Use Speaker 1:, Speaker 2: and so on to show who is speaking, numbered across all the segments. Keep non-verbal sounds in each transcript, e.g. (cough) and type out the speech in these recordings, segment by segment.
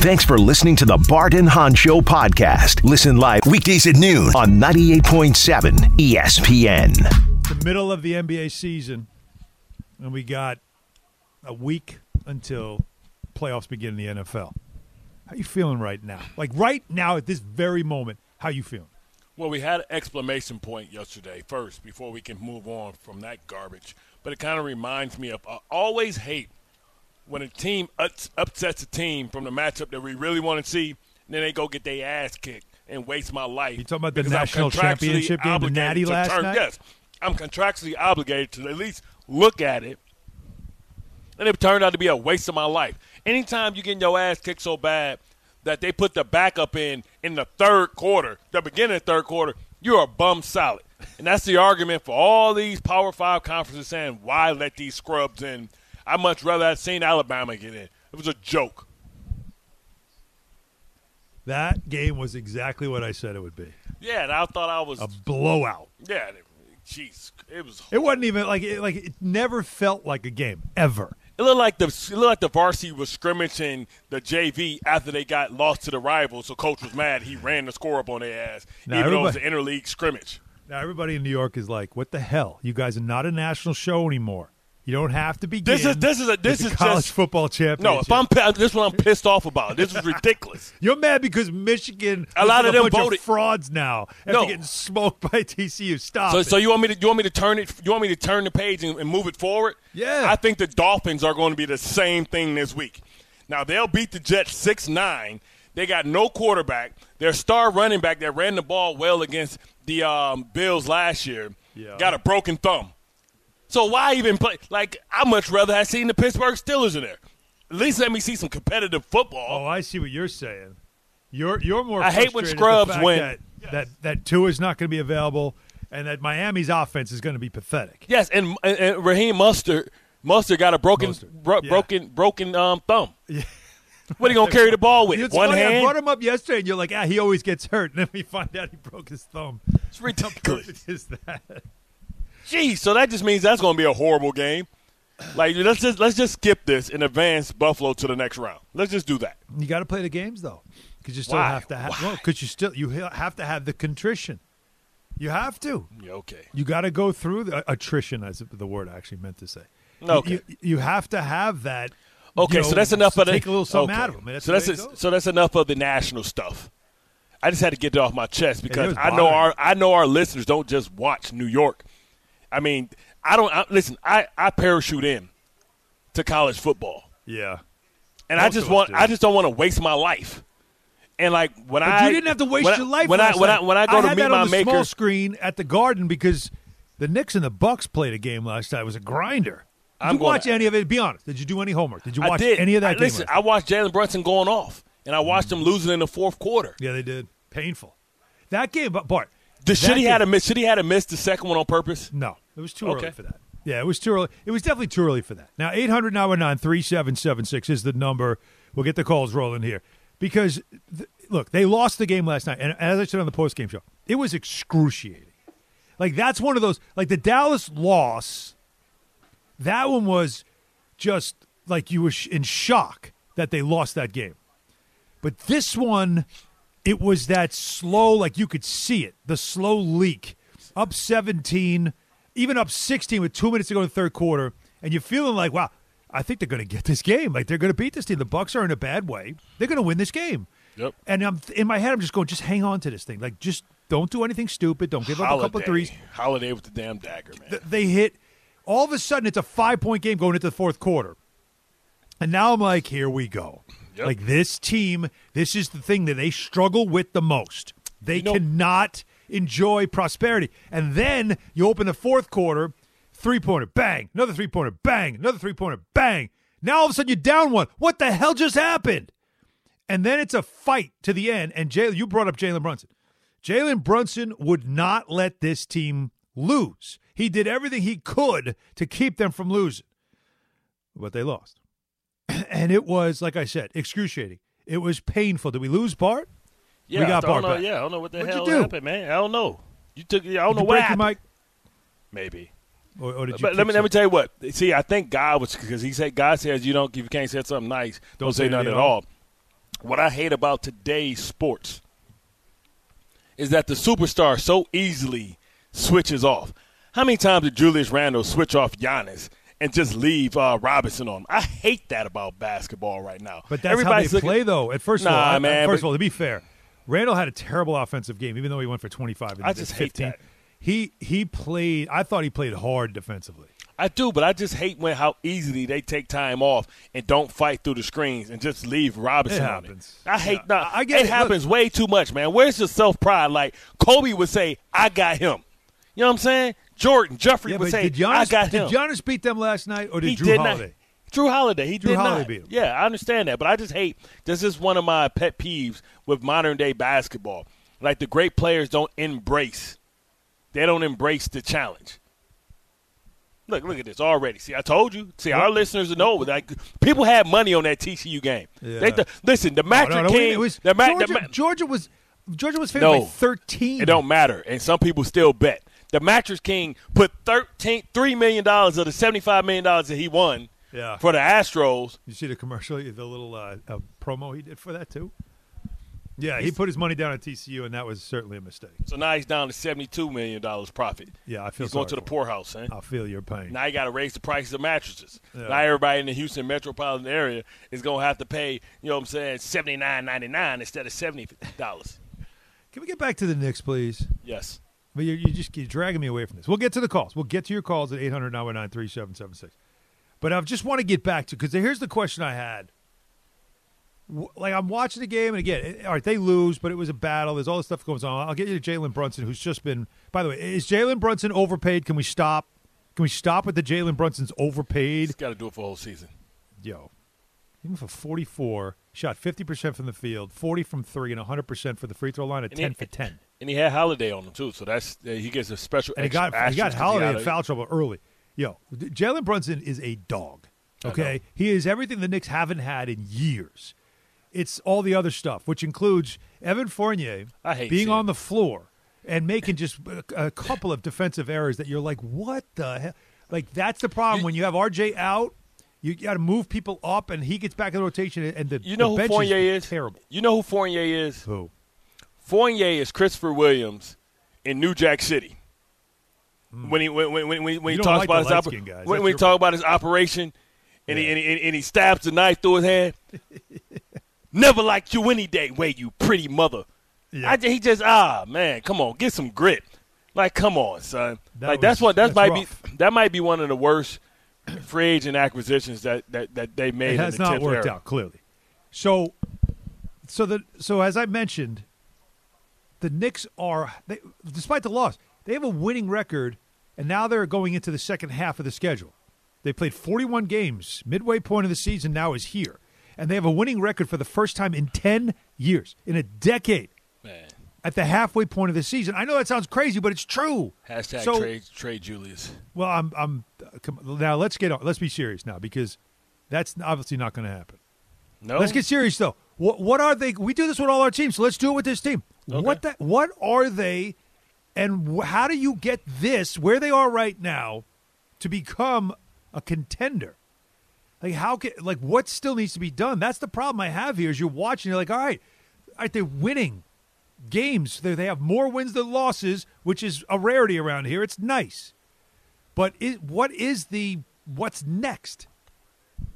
Speaker 1: Thanks for listening to the Bart and Han Show podcast. Listen live weekdays at noon on 98.7 ESPN.
Speaker 2: the middle of the NBA season, and we got a week until playoffs begin in the NFL. How you feeling right now? Like right now at this very moment, how you feeling?
Speaker 3: Well, we had an exclamation point yesterday first before we can move on from that garbage. But it kind of reminds me of I always hate when a team ups, upsets a team from the matchup that we really want to see, and then they go get their ass kicked and waste my life.
Speaker 2: You talking about the
Speaker 3: because I'm
Speaker 2: national
Speaker 3: contractually
Speaker 2: championship game, the
Speaker 3: obligated
Speaker 2: Natty
Speaker 3: to
Speaker 2: last
Speaker 3: turn-
Speaker 2: night?
Speaker 3: Yes, I'm contractually obligated to at least look at it and it turned out to be a waste of my life. Anytime you getting your ass kicked so bad that they put the backup in in the third quarter, the beginning of the third quarter, you are bum solid. And that's the argument for all these Power Five conferences saying, why let these scrubs in? I much rather have seen Alabama get in. It was a joke.
Speaker 2: That game was exactly what I said it would be.
Speaker 3: Yeah, and I thought I was.
Speaker 2: A blowout.
Speaker 3: yeah, it- jeez, it was.
Speaker 2: It wasn't even like it, like it never felt like a game ever.
Speaker 3: It looked like the it looked like the varsity was scrimmaging the JV after they got lost to the rivals. So coach was mad. He ran the score up on their ass,
Speaker 2: Now,
Speaker 3: even though it was an
Speaker 2: everybody-
Speaker 3: interleague scrimmage.
Speaker 2: Now everybody in New York is like, "What the hell? You guys are not a national show anymore. You don't have to be."
Speaker 3: This is- this is a- this is
Speaker 2: college
Speaker 3: just-
Speaker 2: football championship.
Speaker 3: No, if I'm pi- this is what I'm pissed off about. This is ridiculous.
Speaker 2: (laughs) You're mad because Michigan.
Speaker 3: A lot
Speaker 2: is
Speaker 3: of them
Speaker 2: bunch
Speaker 3: voted-
Speaker 2: frauds now. After
Speaker 3: No.
Speaker 2: getting smoked by (laughs) TCU. Stop.
Speaker 3: So,
Speaker 2: it.
Speaker 3: so you want me to you want me to turn it you want me to turn the page and, and move it forward?
Speaker 2: Yeah.
Speaker 3: I think the Dolphins are going to be the same thing this week. Now they'll beat the Jets six nine. They got no quarterback. Their star running back that ran the ball well against the um, Bills last year
Speaker 2: Yeah.
Speaker 3: got a broken thumb. So why even play? Like I much rather have seen the Pittsburgh Steelers in there. At least let me see some competitive football.
Speaker 2: oh, I see what you're saying. You're you're more.
Speaker 3: I hate when
Speaker 2: frustrated at
Speaker 3: scrubs
Speaker 2: the fact
Speaker 3: win.
Speaker 2: That that, that Tua's not going to be available, and that Miami's offense is going to be pathetic.
Speaker 3: Yes, and, and, and Raheem Mustard Mustard got a broken
Speaker 2: Mostert,
Speaker 3: bro-
Speaker 2: yeah.
Speaker 3: broken broken um, thumb. What are (laughs) you gonna carry the ball with?
Speaker 2: It's
Speaker 3: One
Speaker 2: funny, I
Speaker 3: hand.
Speaker 2: brought him up yesterday, and you're like, ah, he always gets hurt. (laughs) And then we find out he broke his thumb.
Speaker 3: It's ridiculous.
Speaker 2: Is that?
Speaker 3: Geez, so that just means that's gonna be a horrible game. Like let's just let's just skip this and advance Buffalo to the next round. Let's just do that.
Speaker 2: You got to play the games though, because you still
Speaker 3: Why?
Speaker 2: have to have.
Speaker 3: Why?
Speaker 2: because you still you ha- have to have the contrition. You have to.
Speaker 3: Yeah, okay.
Speaker 2: You got to go through the attrition, as the word I actually meant to say. You-
Speaker 3: Okay.
Speaker 2: You, you have to have that. you
Speaker 3: Okay,
Speaker 2: know,
Speaker 3: so that's enough of the
Speaker 2: Take a little something
Speaker 3: okay.
Speaker 2: out of them. That's
Speaker 3: so
Speaker 2: the
Speaker 3: that's
Speaker 2: way it
Speaker 3: it-
Speaker 2: goes.
Speaker 3: so that's enough of the national stuff. I just had to get it off my chest because
Speaker 2: was
Speaker 3: I know
Speaker 2: bothering
Speaker 3: our I know our listeners don't just watch New York. I mean, I don't I, listen. I I parachute in to college football.
Speaker 2: yeah.
Speaker 3: and
Speaker 2: Most
Speaker 3: I just
Speaker 2: of us
Speaker 3: want
Speaker 2: do.
Speaker 3: I just don't want to waste my life. And like when I
Speaker 2: you didn't have to waste
Speaker 3: when I-
Speaker 2: your life.
Speaker 3: when I
Speaker 2: last
Speaker 3: when I
Speaker 2: night.
Speaker 3: when I go to
Speaker 2: had
Speaker 3: meet
Speaker 2: that
Speaker 3: my
Speaker 2: on the
Speaker 3: maker.
Speaker 2: small screen at the Garden because the Knicks and the Bucks played a game last night. It was a grinder. Did
Speaker 3: I'm
Speaker 2: you
Speaker 3: gonna-
Speaker 2: watch any of it? Be honest. Did you do any homework? Did you
Speaker 3: I
Speaker 2: watch
Speaker 3: did
Speaker 2: any of that
Speaker 3: I-
Speaker 2: game?
Speaker 3: Listen,
Speaker 2: last
Speaker 3: I watched Jalen Brunson going off, and I watched him losing in the fourth quarter.
Speaker 2: Yeah, they did. Painful. That game, but Bart.
Speaker 3: The should he
Speaker 2: game-
Speaker 3: had a miss? Should he had a miss the second one on purpose?
Speaker 2: No, it was too early
Speaker 3: Okay.
Speaker 2: for that. Yeah, it was too early. It was definitely too early for that. Now, 800 3776 is the number. We'll get the calls rolling here. Because, th- look, they lost the game last night. And as I said on the post game show, it was excruciating. Like, that's one of those, like, the Dallas loss, that one was just like you were sh- in shock that they lost that game. But this one, it was that slow, like you could see it, the slow leak. Up 17, even up 16 with two minutes to go in the third quarter, and you're feeling like, wow, I think they're going to get this game. Like they're going to beat this team. The Bucks are in a bad way. They're going to win this game.
Speaker 3: Yep.
Speaker 2: And I'm in my head, I'm just going, just hang on to this thing. Like just don't do anything stupid. Don't give up a couple of threes.
Speaker 3: Holiday with the damn dagger, man.
Speaker 2: Th- They hit. All of a sudden, it's a five point game going into the fourth quarter. And now I'm like, here we go.
Speaker 3: Yep.
Speaker 2: Like this team, this is the thing that they struggle with the most. They
Speaker 3: You know-
Speaker 2: cannot enjoy prosperity. And then you open the fourth quarter, three pointer, bang, another three pointer, bang, another three pointer, bang. Now all of a sudden you're down one. What the hell just happened? And then it's a fight to the end. And Jalen, you brought up Jalen Brunson. Jalen Brunson would not let this team lose. He did everything he could to keep them from losing, but they lost. (clears throat) And it was, like I said, excruciating. It was painful. Did we lose Bart?
Speaker 3: yeah,
Speaker 2: we got
Speaker 3: I don't
Speaker 2: Bart
Speaker 3: know.
Speaker 2: back.
Speaker 3: Yeah, I don't know what the
Speaker 2: What'd you
Speaker 3: hell
Speaker 2: do?
Speaker 3: happened, man. I don't know. You took. I don't
Speaker 2: Did
Speaker 3: know
Speaker 2: you
Speaker 3: what
Speaker 2: break your
Speaker 3: happened.
Speaker 2: mic?
Speaker 3: Maybe.
Speaker 2: Or, or did you
Speaker 3: But let
Speaker 2: kick
Speaker 3: me let me tell you what. See, I think God was because He said God says you don't if you can't say something nice, don't, say,
Speaker 2: say
Speaker 3: nothing
Speaker 2: it
Speaker 3: at
Speaker 2: at all.
Speaker 3: all. what I hate about today's sports is that the superstar so easily switches off. How many times did Julius Randle switch off Giannis and just leave uh, Robinson on? I hate that about basketball right now.
Speaker 2: But that's
Speaker 3: Everybody's
Speaker 2: how they
Speaker 3: looking-
Speaker 2: play, though. At first
Speaker 3: Nah,
Speaker 2: of all,
Speaker 3: man,
Speaker 2: first
Speaker 3: but-
Speaker 2: of all, to be fair, Randall had a terrible offensive game, even though he went for twenty five.
Speaker 3: I just hate
Speaker 2: 15.
Speaker 3: that.
Speaker 2: He he played. I thought he played hard defensively.
Speaker 3: I do, but I just hate when how easily they take time off and don't fight through the screens and just leave Robinson.
Speaker 2: It
Speaker 3: on
Speaker 2: happens.
Speaker 3: I hate
Speaker 2: Yeah.
Speaker 3: nah,
Speaker 2: I- I get
Speaker 3: it.
Speaker 2: it.
Speaker 3: happens way too much, man. Where's your self pride? Like Kobe would say, "I got him." You know what I'm saying? Jordan Jeffrey would say,
Speaker 2: did Giannis,
Speaker 3: "I got
Speaker 2: did
Speaker 3: him."
Speaker 2: Giannis beat them last night, or did
Speaker 3: he
Speaker 2: Drew
Speaker 3: did
Speaker 2: Holiday?
Speaker 3: not. Drew Holiday. He
Speaker 2: Drew
Speaker 3: did
Speaker 2: Holiday
Speaker 3: not.
Speaker 2: beat him.
Speaker 3: Yeah, I understand that, but I just hate. This is one of my pet peeves with modern day basketball. Like the great players don't embrace. They don't embrace the challenge. Look, look at this already. See, I told you. See, our listeners know. Like, people had money on that TCU game.
Speaker 2: Yeah.
Speaker 3: They th- listen, the
Speaker 2: No,
Speaker 3: match
Speaker 2: Oh, no, no,
Speaker 3: king.
Speaker 2: it was
Speaker 3: the ma- the
Speaker 2: Georgia,
Speaker 3: ma-
Speaker 2: Georgia was Georgia was favored
Speaker 3: No.
Speaker 2: by thirteen.
Speaker 3: it don't matter, and some people still bet. The mattress king put 13, $3 million of the $75 million that he won
Speaker 2: Yeah.
Speaker 3: for the Astros
Speaker 2: You see the commercial, the little uh, uh, promo he did for that too. Yeah, he put his money down at TCU, and that was certainly a mistake.
Speaker 3: So now he's down to seventy-two million dollars profit.
Speaker 2: Yeah, I feel
Speaker 3: he's going
Speaker 2: sorry
Speaker 3: to the
Speaker 2: for him.
Speaker 3: poorhouse, son.
Speaker 2: I feel your pain.
Speaker 3: Now you got to raise the prices of mattresses.
Speaker 2: Yeah.
Speaker 3: Now everybody in the Houston metropolitan area is going to have to pay, you know what I'm saying, seventy-nine ninety-nine instead of seventy dollars.
Speaker 2: Can we get back to the Knicks, please?
Speaker 3: yes.
Speaker 2: But you're, you just you're dragging me away from this. We'll get to the calls. We'll get to your calls at 800 919 3776. But I just want to get back to because here's the question I had. W- Like I'm watching the game, and again, it- all right, they lose, but it was a battle. There's all this stuff going on. I'll get you to Jalen Brunson, who's just been. By the way, is Jalen Brunson overpaid? Can we stop? Can we stop with the Jalen Brunson's overpaid?
Speaker 3: He's got to do it for a whole season.
Speaker 2: Yo, even for 44, shot 50 percent from the field, 40 from three, and 100 percent for the free throw line at
Speaker 3: And he-
Speaker 2: 10 for 10.
Speaker 3: And he had Holiday on him too, so that's uh, he gets a special.
Speaker 2: and he
Speaker 3: extra
Speaker 2: got he
Speaker 3: asterisk
Speaker 2: got
Speaker 3: 'cause
Speaker 2: Holiday in
Speaker 3: gotta-
Speaker 2: foul trouble early. Yo, Jalen Brunson is a dog. Okay, he is everything the Knicks haven't had in years. It's all the other stuff, which includes Evan Fournier
Speaker 3: I hate
Speaker 2: being
Speaker 3: seeing
Speaker 2: on
Speaker 3: it.
Speaker 2: the floor and making just a, a couple of defensive errors that you're like, what the hell? Like that's the problem when you have RJ out. You got to move people up, and he gets back in rotation, and the
Speaker 3: You know
Speaker 2: the
Speaker 3: who
Speaker 2: bench
Speaker 3: Fournier
Speaker 2: is,
Speaker 3: is?
Speaker 2: terrible.
Speaker 3: You know who Fournier is?
Speaker 2: Who?
Speaker 3: Fournier is Christopher Williams in New Jack City. When he when when when, when, when
Speaker 2: Hmm. You
Speaker 3: he
Speaker 2: don't
Speaker 3: talks
Speaker 2: like
Speaker 3: about
Speaker 2: the
Speaker 3: his
Speaker 2: light-skinned guys.
Speaker 3: when,
Speaker 2: That's
Speaker 3: when
Speaker 2: your
Speaker 3: he talk about his operation, and, he, and, he, and he stabs the knife through
Speaker 2: (laughs)
Speaker 3: his hand. Never liked you any day, way you pretty mother.
Speaker 2: Yeah.
Speaker 3: I j he just ah man, come on, get some grit. Like come on, son.
Speaker 2: That
Speaker 3: like that's
Speaker 2: was-
Speaker 3: what that
Speaker 2: that's
Speaker 3: might be
Speaker 2: rough.
Speaker 3: that might be one of the worst free agent acquisitions that that, that they made.
Speaker 2: It
Speaker 3: in
Speaker 2: has
Speaker 3: the
Speaker 2: not
Speaker 3: 10th
Speaker 2: worked
Speaker 3: era.
Speaker 2: out clearly. So, so the so as I mentioned, the Knicks are they, despite the loss, they have a winning record, and now they're going into the second half of the schedule. They played 41 games. Midway point of the season now is here, and they have a winning record for the first time in 10 years, in a decade.
Speaker 3: Man.
Speaker 2: At the halfway point of the season, I know that sounds crazy, but it's true.
Speaker 3: Hashtag
Speaker 2: So-
Speaker 3: trade trade Julius.
Speaker 2: well, I'm, I'm. Come, now let's get on. Let's be serious now because that's obviously not going to happen.
Speaker 3: No,
Speaker 2: Let's get serious though. What what are they? We do this with all our teams. So let's do it with this team. What the, what are they, and wh- how do you get this where they are right now to become a contender? Like how can like what still needs to be done? That's the problem I have here. Is you're watching, you're like, all right, all right, they're winning games. They they have more wins than losses, which is a rarity around here. It's nice, but is, what is the what's next?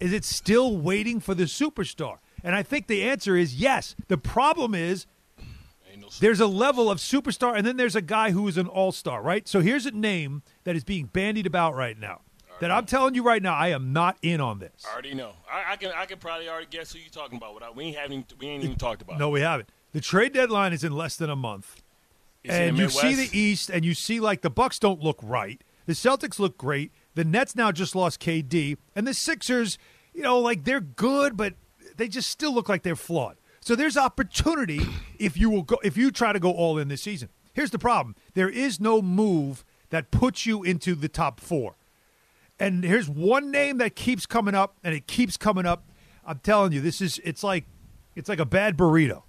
Speaker 2: Is it still waiting for the superstar? And I think the answer is yes. The problem is
Speaker 3: Ain't no s-
Speaker 2: there's a level of superstar, and then there's a guy who is an all star, right? So here's a name that is being bandied about right now. That I'm telling you right now, I am not in on this.
Speaker 3: I already know. I, I can I can probably already guess who you're talking about. Without we ain't having we ain't even talked about.
Speaker 2: No, we haven't. The trade deadline is in less than a month.
Speaker 3: Is he
Speaker 2: (laughs)
Speaker 3: in
Speaker 2: and you see
Speaker 3: Midwest?
Speaker 2: the East, and you see like the Bucks don't look right. The Celtics look great. The Nets now just lost KD, and the Sixers, you know, like they're good, but they just still look like they're flawed. So there's opportunity if you will go if you try to go all in this season. Here's the problem: there is no move that puts you into the top four. And here's one name that keeps coming up, and it keeps coming up. I'm telling you, this is it's like it's like a bad burrito.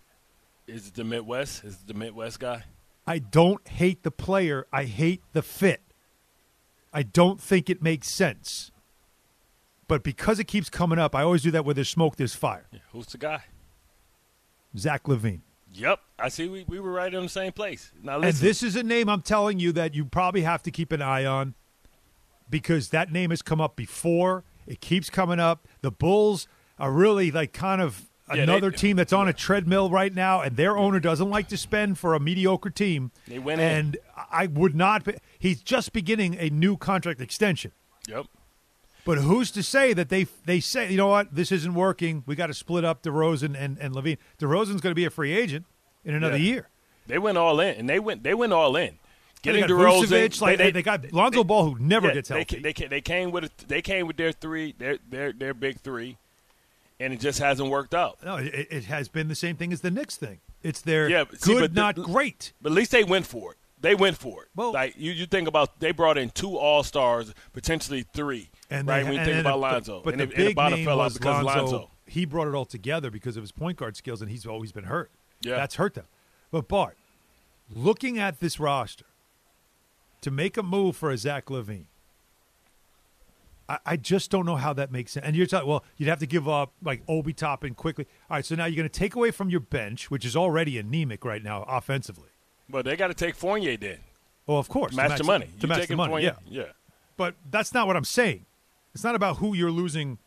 Speaker 3: Is it the Midwest? Is it the Midwest guy?
Speaker 2: I don't hate the player. I hate the fit. I don't think it makes sense. But because it keeps coming up, I always do that where there's smoke, there's fire.
Speaker 3: Who's the guy?
Speaker 2: Zach Levine.
Speaker 3: Yep, I see. We, we were right in the same place. Now
Speaker 2: And
Speaker 3: listen,
Speaker 2: this is a name I'm telling you that you probably have to keep an eye on because that name has come up before. It keeps coming up. The Bulls are really like kind of
Speaker 3: Yeah, they-
Speaker 2: another team that's on a treadmill right now, and their owner doesn't like to spend for a mediocre team.
Speaker 3: They went in.
Speaker 2: and I would not. Be, he's just beginning a new contract extension.
Speaker 3: yep,
Speaker 2: But who's to say that they they say you know what this isn't working? We got to split up DeRozan and and Levine. DeRozan's going to be a free agent in another
Speaker 3: Yeah.
Speaker 2: year.
Speaker 3: they went all in, and they went they went all in.
Speaker 2: They
Speaker 3: Getting
Speaker 2: got
Speaker 3: DeRozan,
Speaker 2: Vucevic, like they, got Lonzo Ball, who never
Speaker 3: yeah,
Speaker 2: gets
Speaker 3: they,
Speaker 2: healthy.
Speaker 3: ca- they, ca- they came with a, they came with their three their their their big three, and it just hasn't worked out.
Speaker 2: no, it, it has been the same thing as the Knicks thing. It's their
Speaker 3: Yeah, but- see,
Speaker 2: good,
Speaker 3: but the-
Speaker 2: not great.
Speaker 3: But at least they went for it. They went for it.
Speaker 2: Well-
Speaker 3: like you, you think about they brought in two all stars, potentially three.
Speaker 2: And
Speaker 3: right
Speaker 2: they-
Speaker 3: when you
Speaker 2: and
Speaker 3: think
Speaker 2: then
Speaker 3: about
Speaker 2: the-
Speaker 3: Lonzo,
Speaker 2: but
Speaker 3: and
Speaker 2: the
Speaker 3: if- and
Speaker 2: big
Speaker 3: Ibaka
Speaker 2: name
Speaker 3: fell out
Speaker 2: was
Speaker 3: because of Lonzo.
Speaker 2: He brought it all together because of his point guard skills, and he's always been hurt.
Speaker 3: Yeah.
Speaker 2: that's hurt them. But Bart, looking at this roster, to make a move for a Zach Levine, I, I just don't know how that makes sense. And you're talking, well, you'd have to give up like Obi Toppin quickly. All right, so now you're going to take away from your bench, which is already anemic right now offensively.
Speaker 3: But they got to take Fournier then.
Speaker 2: Well, of course, to
Speaker 3: match the money.
Speaker 2: to
Speaker 3: you
Speaker 2: match
Speaker 3: taking
Speaker 2: the money.
Speaker 3: Fournier?
Speaker 2: Yeah,
Speaker 3: Yeah.
Speaker 2: but that's not what I'm saying. It's not about who you're losing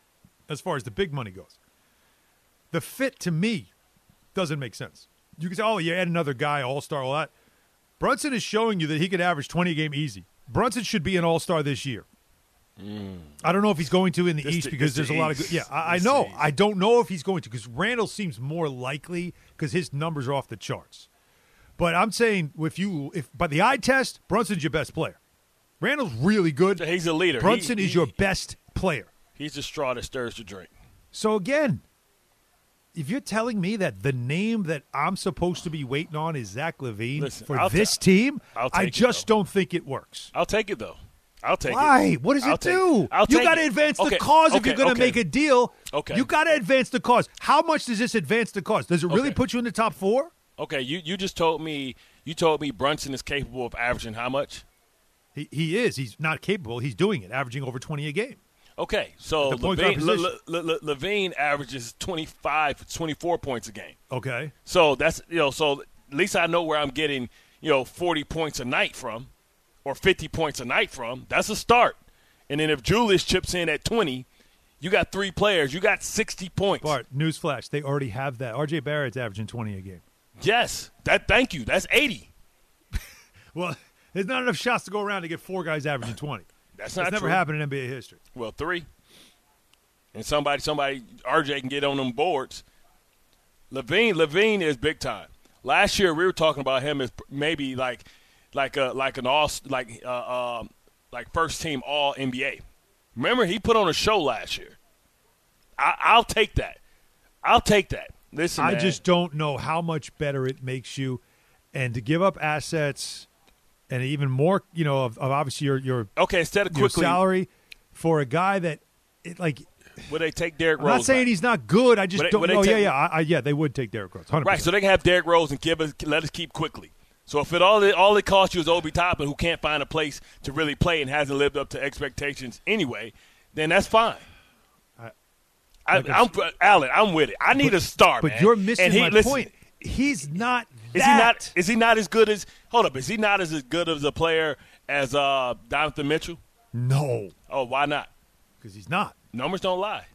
Speaker 2: as far as the big money goes. The fit to me doesn't make sense. You can say, oh, you add another guy, all star, all that. Brunson is showing you that he could average 20 a game easy. Brunson should be an all star this year.
Speaker 3: Mm.
Speaker 2: I don't know if he's going to in the
Speaker 3: This
Speaker 2: East
Speaker 3: the-
Speaker 2: because there's
Speaker 3: this the
Speaker 2: a lot of
Speaker 3: East.
Speaker 2: good. Yeah, I, I
Speaker 3: This the
Speaker 2: know.
Speaker 3: East.
Speaker 2: I don't know if he's going to because Randall seems more likely because his numbers are off the charts. But I'm saying if you if by the eye test, Brunson's your best player. Randall's really good.
Speaker 3: So he's a leader. He-
Speaker 2: Brunson is
Speaker 3: he-
Speaker 2: your best player.
Speaker 3: He's the straw that stirs the drink.
Speaker 2: So again, if you're telling me that the name that I'm supposed to be waiting on is Zach Levine
Speaker 3: Listen,
Speaker 2: for
Speaker 3: I'll ta-
Speaker 2: this team,
Speaker 3: I'll
Speaker 2: I
Speaker 3: take it,
Speaker 2: just don't think it works.
Speaker 3: I'll take it though. I'll take it.
Speaker 2: Why? What does
Speaker 3: I'll
Speaker 2: it
Speaker 3: take
Speaker 2: do?
Speaker 3: I'll
Speaker 2: you
Speaker 3: take
Speaker 2: got to
Speaker 3: it.
Speaker 2: advance
Speaker 3: Okay,
Speaker 2: the cause if
Speaker 3: okay,
Speaker 2: you're going to
Speaker 3: okay.
Speaker 2: make a deal.
Speaker 3: Okay.
Speaker 2: You got to advance the cause. How much does this advance the cause? Does it really
Speaker 3: Okay.
Speaker 2: put you in the top four?
Speaker 3: Okay, you, you just told me you told me Brunson is capable of averaging how much?
Speaker 2: He, he is. He's not capable. He's doing it, averaging over 20 a game.
Speaker 3: Okay, so
Speaker 2: At the point guard
Speaker 3: Levine, Le, Le- Le- Levine averages 25, 24 points a game.
Speaker 2: Okay.
Speaker 3: So that's you know, so at least I know where I'm getting you know 40 points a night from, or 50 points a night from. That's a start. And then if Julius chips in at 20, you got three players. You got 60 points.
Speaker 2: Bart, newsflash. They already have that. RJ Barrett's averaging 20 a game.
Speaker 3: Yes, that. Thank you. That's 80.
Speaker 2: (laughs) Well, there's not enough shots to go around to get four guys averaging 20.
Speaker 3: That's
Speaker 2: That's
Speaker 3: not
Speaker 2: never
Speaker 3: true.
Speaker 2: happened in NBA history.
Speaker 3: Well, three. And somebody, somebody, RJ can get on them boards. Levine, Levine is big time. Last year we were talking about him as maybe like, like a like an all like uh, um, like first team All NBA. Remember he put on a show last year. I, I'll take that. I'll take that. Listen,
Speaker 2: I
Speaker 3: man.
Speaker 2: just don't know how much better it makes you, and to give up assets, and even more, you know, of, of obviously your your,
Speaker 3: okay. Instead of
Speaker 2: your
Speaker 3: Oh, quickly,
Speaker 2: salary for a guy that, it, like,
Speaker 3: would they take Derrick
Speaker 2: I'm
Speaker 3: Rose?
Speaker 2: not saying
Speaker 3: back?
Speaker 2: he's not good. I just
Speaker 3: Would they-
Speaker 2: don't.
Speaker 3: would they
Speaker 2: know. yeah,
Speaker 3: take-
Speaker 2: yeah, I, I, yeah. They would take Derrick Rose, hundred
Speaker 3: Right, so they can have Derrick Rose and give us, let us keep quickly. So if it all it, all it costs you is Obi Toppin, who can't find a place to really play and hasn't lived up to expectations anyway, then that's fine. I,
Speaker 2: like I
Speaker 3: I'm Allen. I'm with it. I need a star,
Speaker 2: But
Speaker 3: man.
Speaker 2: you're missing
Speaker 3: And he-
Speaker 2: my
Speaker 3: listen,
Speaker 2: point. He's not.
Speaker 3: Is he not? Is he not as good as? Hold up. Is he not as good as a player as uh, Donovan Mitchell?
Speaker 2: he not? No,
Speaker 3: Oh, why not?
Speaker 2: because he's not.
Speaker 3: Numbers don't lie.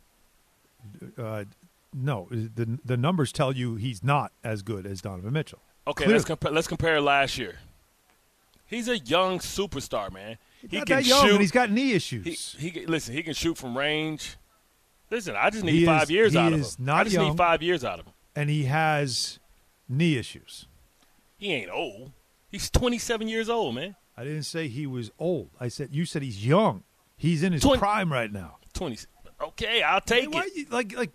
Speaker 2: Uh, no, the the numbers tell you he's not as good as Donovan Mitchell.
Speaker 3: Okay,
Speaker 2: Clearly.
Speaker 3: let's compare. Let's compare last year. He's a young superstar, man. He
Speaker 2: not
Speaker 3: can
Speaker 2: that young,
Speaker 3: shoot.
Speaker 2: and he's got knee
Speaker 3: He,
Speaker 2: issues.
Speaker 3: he can- listen. He can shoot from range. Listen, I just need
Speaker 2: He
Speaker 3: five
Speaker 2: is-
Speaker 3: years
Speaker 2: he
Speaker 3: out of him.
Speaker 2: is not
Speaker 3: I just
Speaker 2: young.
Speaker 3: need five years out of him.
Speaker 2: and he has knee issues.
Speaker 3: He ain't old. He's 27 years old, man.
Speaker 2: I didn't say he was old. I said you said he's young. He's in his
Speaker 3: Twen-
Speaker 2: prime right now.
Speaker 3: 20. Okay, I'll take
Speaker 2: Why
Speaker 3: it.
Speaker 2: you- like like I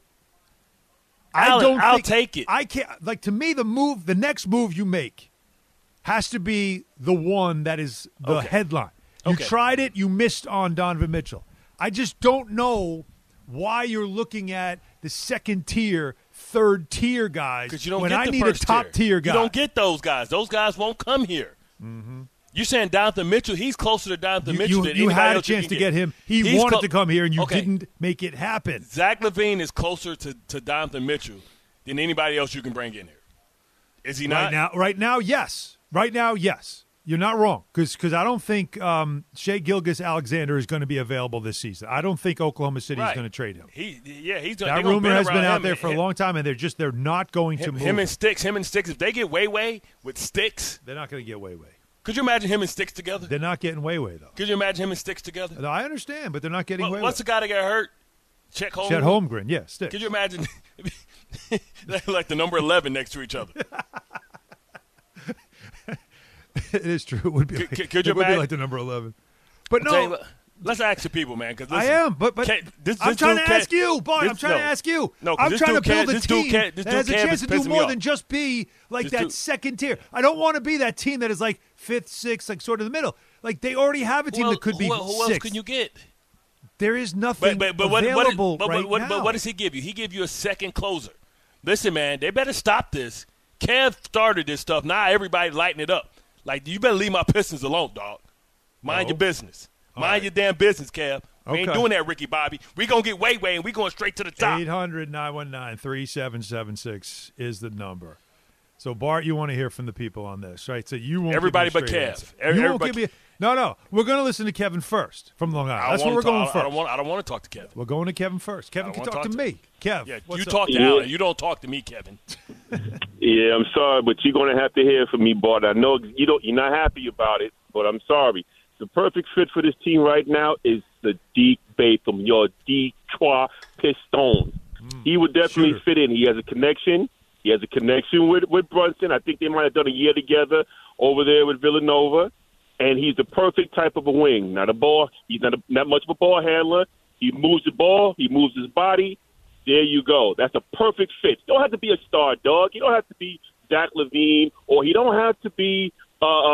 Speaker 3: Allen,
Speaker 2: don't.
Speaker 3: I'll
Speaker 2: think-
Speaker 3: take it.
Speaker 2: I can't. Like to me, the move, the next move you make, has to be the one that is the
Speaker 3: Okay.
Speaker 2: headline. You
Speaker 3: Okay.
Speaker 2: tried it. You missed on Donovan Mitchell. I just don't know why you're looking at the second tier, third tier guys.
Speaker 3: Because you don't
Speaker 2: when
Speaker 3: get
Speaker 2: I
Speaker 3: the
Speaker 2: need
Speaker 3: first
Speaker 2: a top tier, guy. Mm-hmm.
Speaker 3: You don't get those guys. Those guys won't come here. You're saying Donovan Mitchell? He's closer to Donovan
Speaker 2: You,
Speaker 3: Mitchell
Speaker 2: you,
Speaker 3: than
Speaker 2: you
Speaker 3: anybody
Speaker 2: had a
Speaker 3: else you
Speaker 2: chance
Speaker 3: can
Speaker 2: to get him. He
Speaker 3: He's
Speaker 2: wanted
Speaker 3: clo-
Speaker 2: to come here, and you
Speaker 3: Okay.
Speaker 2: didn't make it happen.
Speaker 3: Zach Levine is closer to, to Donovan Mitchell than anybody else you can bring in here. Is he
Speaker 2: Right
Speaker 3: not?
Speaker 2: now, right now, yes. Right now, yes. You're not wrong because I don't think um, Shea Gilgis Alexander is going to be available this season. I don't think Oklahoma City is
Speaker 3: Right.
Speaker 2: going to trade him.
Speaker 3: He, yeah, he's they're
Speaker 2: That
Speaker 3: gonna
Speaker 2: rumor
Speaker 3: bend
Speaker 2: has been
Speaker 3: around
Speaker 2: out
Speaker 3: him.
Speaker 2: there for a
Speaker 3: Him-
Speaker 2: long time, and they're just they're not going to
Speaker 3: Him,
Speaker 2: move. (laughs)
Speaker 3: him and Sticks, him and Sticks. If they get way way with Sticks,
Speaker 2: they're not going to get way way.
Speaker 3: could you imagine him and Sticks together?
Speaker 2: They're not getting way way though.
Speaker 3: Could you imagine him and Sticks together?
Speaker 2: No, I understand, but they're not getting
Speaker 3: What-
Speaker 2: way way.
Speaker 3: what's the guy that got hurt? Chet Holmgren.
Speaker 2: Chet Holmgren, yeah, stick.
Speaker 3: Could you imagine (laughs) like- like the number eleven next to each other?
Speaker 2: it is true. It would be.
Speaker 3: Could-
Speaker 2: Like,
Speaker 3: could- could
Speaker 2: it
Speaker 3: you
Speaker 2: would be
Speaker 3: imagine-
Speaker 2: like the number eleven. But
Speaker 3: Tell you
Speaker 2: no,
Speaker 3: what, let's ask the people, man. Because
Speaker 2: I am, but but I'm trying to ask you, Bart. I'm trying to ask you.
Speaker 3: No, 'cause
Speaker 2: I'm
Speaker 3: this
Speaker 2: trying to build
Speaker 3: dude can't-
Speaker 2: a
Speaker 3: this dude
Speaker 2: team
Speaker 3: can't- this
Speaker 2: that
Speaker 3: dude
Speaker 2: has a
Speaker 3: can't
Speaker 2: chance to
Speaker 3: is
Speaker 2: do
Speaker 3: pissing me
Speaker 2: more
Speaker 3: off.
Speaker 2: than just be like
Speaker 3: This
Speaker 2: that
Speaker 3: dude-
Speaker 2: second tier. I don't want to be that team that is like fifth, sixth, like sort of the middle. Like they already have a team that could be
Speaker 3: Who, el- who else
Speaker 2: sixth.
Speaker 3: can you get?
Speaker 2: there is nothing
Speaker 3: But but but what what,
Speaker 2: available
Speaker 3: what, but,
Speaker 2: right
Speaker 3: what,
Speaker 2: now.
Speaker 3: but what does he give you? He give you a second closer. Listen, man, they better stop this. Kev started this stuff. Now everybody lighting it up. Like you better leave my Pistons alone, dog. Mind
Speaker 2: No.
Speaker 3: your business. Mind your damn business, Kev. We ain't
Speaker 2: Oh. Okay.
Speaker 3: doing that, Ricky Bobby. We gonna get way way, and we going straight to the top.
Speaker 2: 800 919 3776 is the number. So, Bart, you want to hear from the people on this, right? So, you won't give
Speaker 3: Everybody
Speaker 2: me a
Speaker 3: but
Speaker 2: straight
Speaker 3: Kev.
Speaker 2: answer.
Speaker 3: Every-
Speaker 2: you won't
Speaker 3: everybody-
Speaker 2: give me a- no, no. We're going to listen to Kevin first from Long Island.
Speaker 3: I
Speaker 2: That's where
Speaker 3: wanna
Speaker 2: we're
Speaker 3: talk-
Speaker 2: going
Speaker 3: I-
Speaker 2: first.
Speaker 3: I don't want. I don't want to talk to Kev.
Speaker 2: we're going to Kevin first. Kevin
Speaker 3: I
Speaker 2: can
Speaker 3: wanna
Speaker 2: talk,
Speaker 3: talk
Speaker 2: to
Speaker 3: to
Speaker 2: me. Kev,
Speaker 3: Yeah,
Speaker 2: what's
Speaker 3: you
Speaker 2: up?
Speaker 3: talk to Allen. You don't talk to me, Kevin.
Speaker 4: Yeah, I'm sorry, but you're gonna have to hear from me, Bart. I know you don't. You're not happy about it, but I'm sorry. The perfect fit for this team right now is the Sadiq Batham, your Detroit Pistons. he would definitely
Speaker 2: shooter.
Speaker 4: fit in. He has a connection. He has a connection with with Brunson. I think they might have done a year together over there with Villanova, and he's the perfect type of a wing. Not a ball. He's not a, not much of a ball handler. He moves the ball. He moves his body. There you go. That's a perfect fit. You don't have to be a star, dog. You don't have to be Zach Levine, or he don't have to be uh, uh,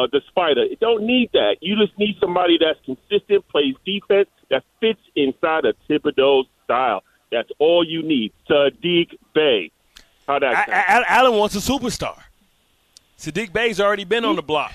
Speaker 4: uh, uh, the Spider. You don't need that. You just need somebody that's consistent, plays defense, that fits inside a Thibodeau style. That's all you need. Sadiq Bay. How that?
Speaker 3: I,
Speaker 4: sound?
Speaker 3: I, Allen wants a superstar. Sadiq Bay's already been on the block.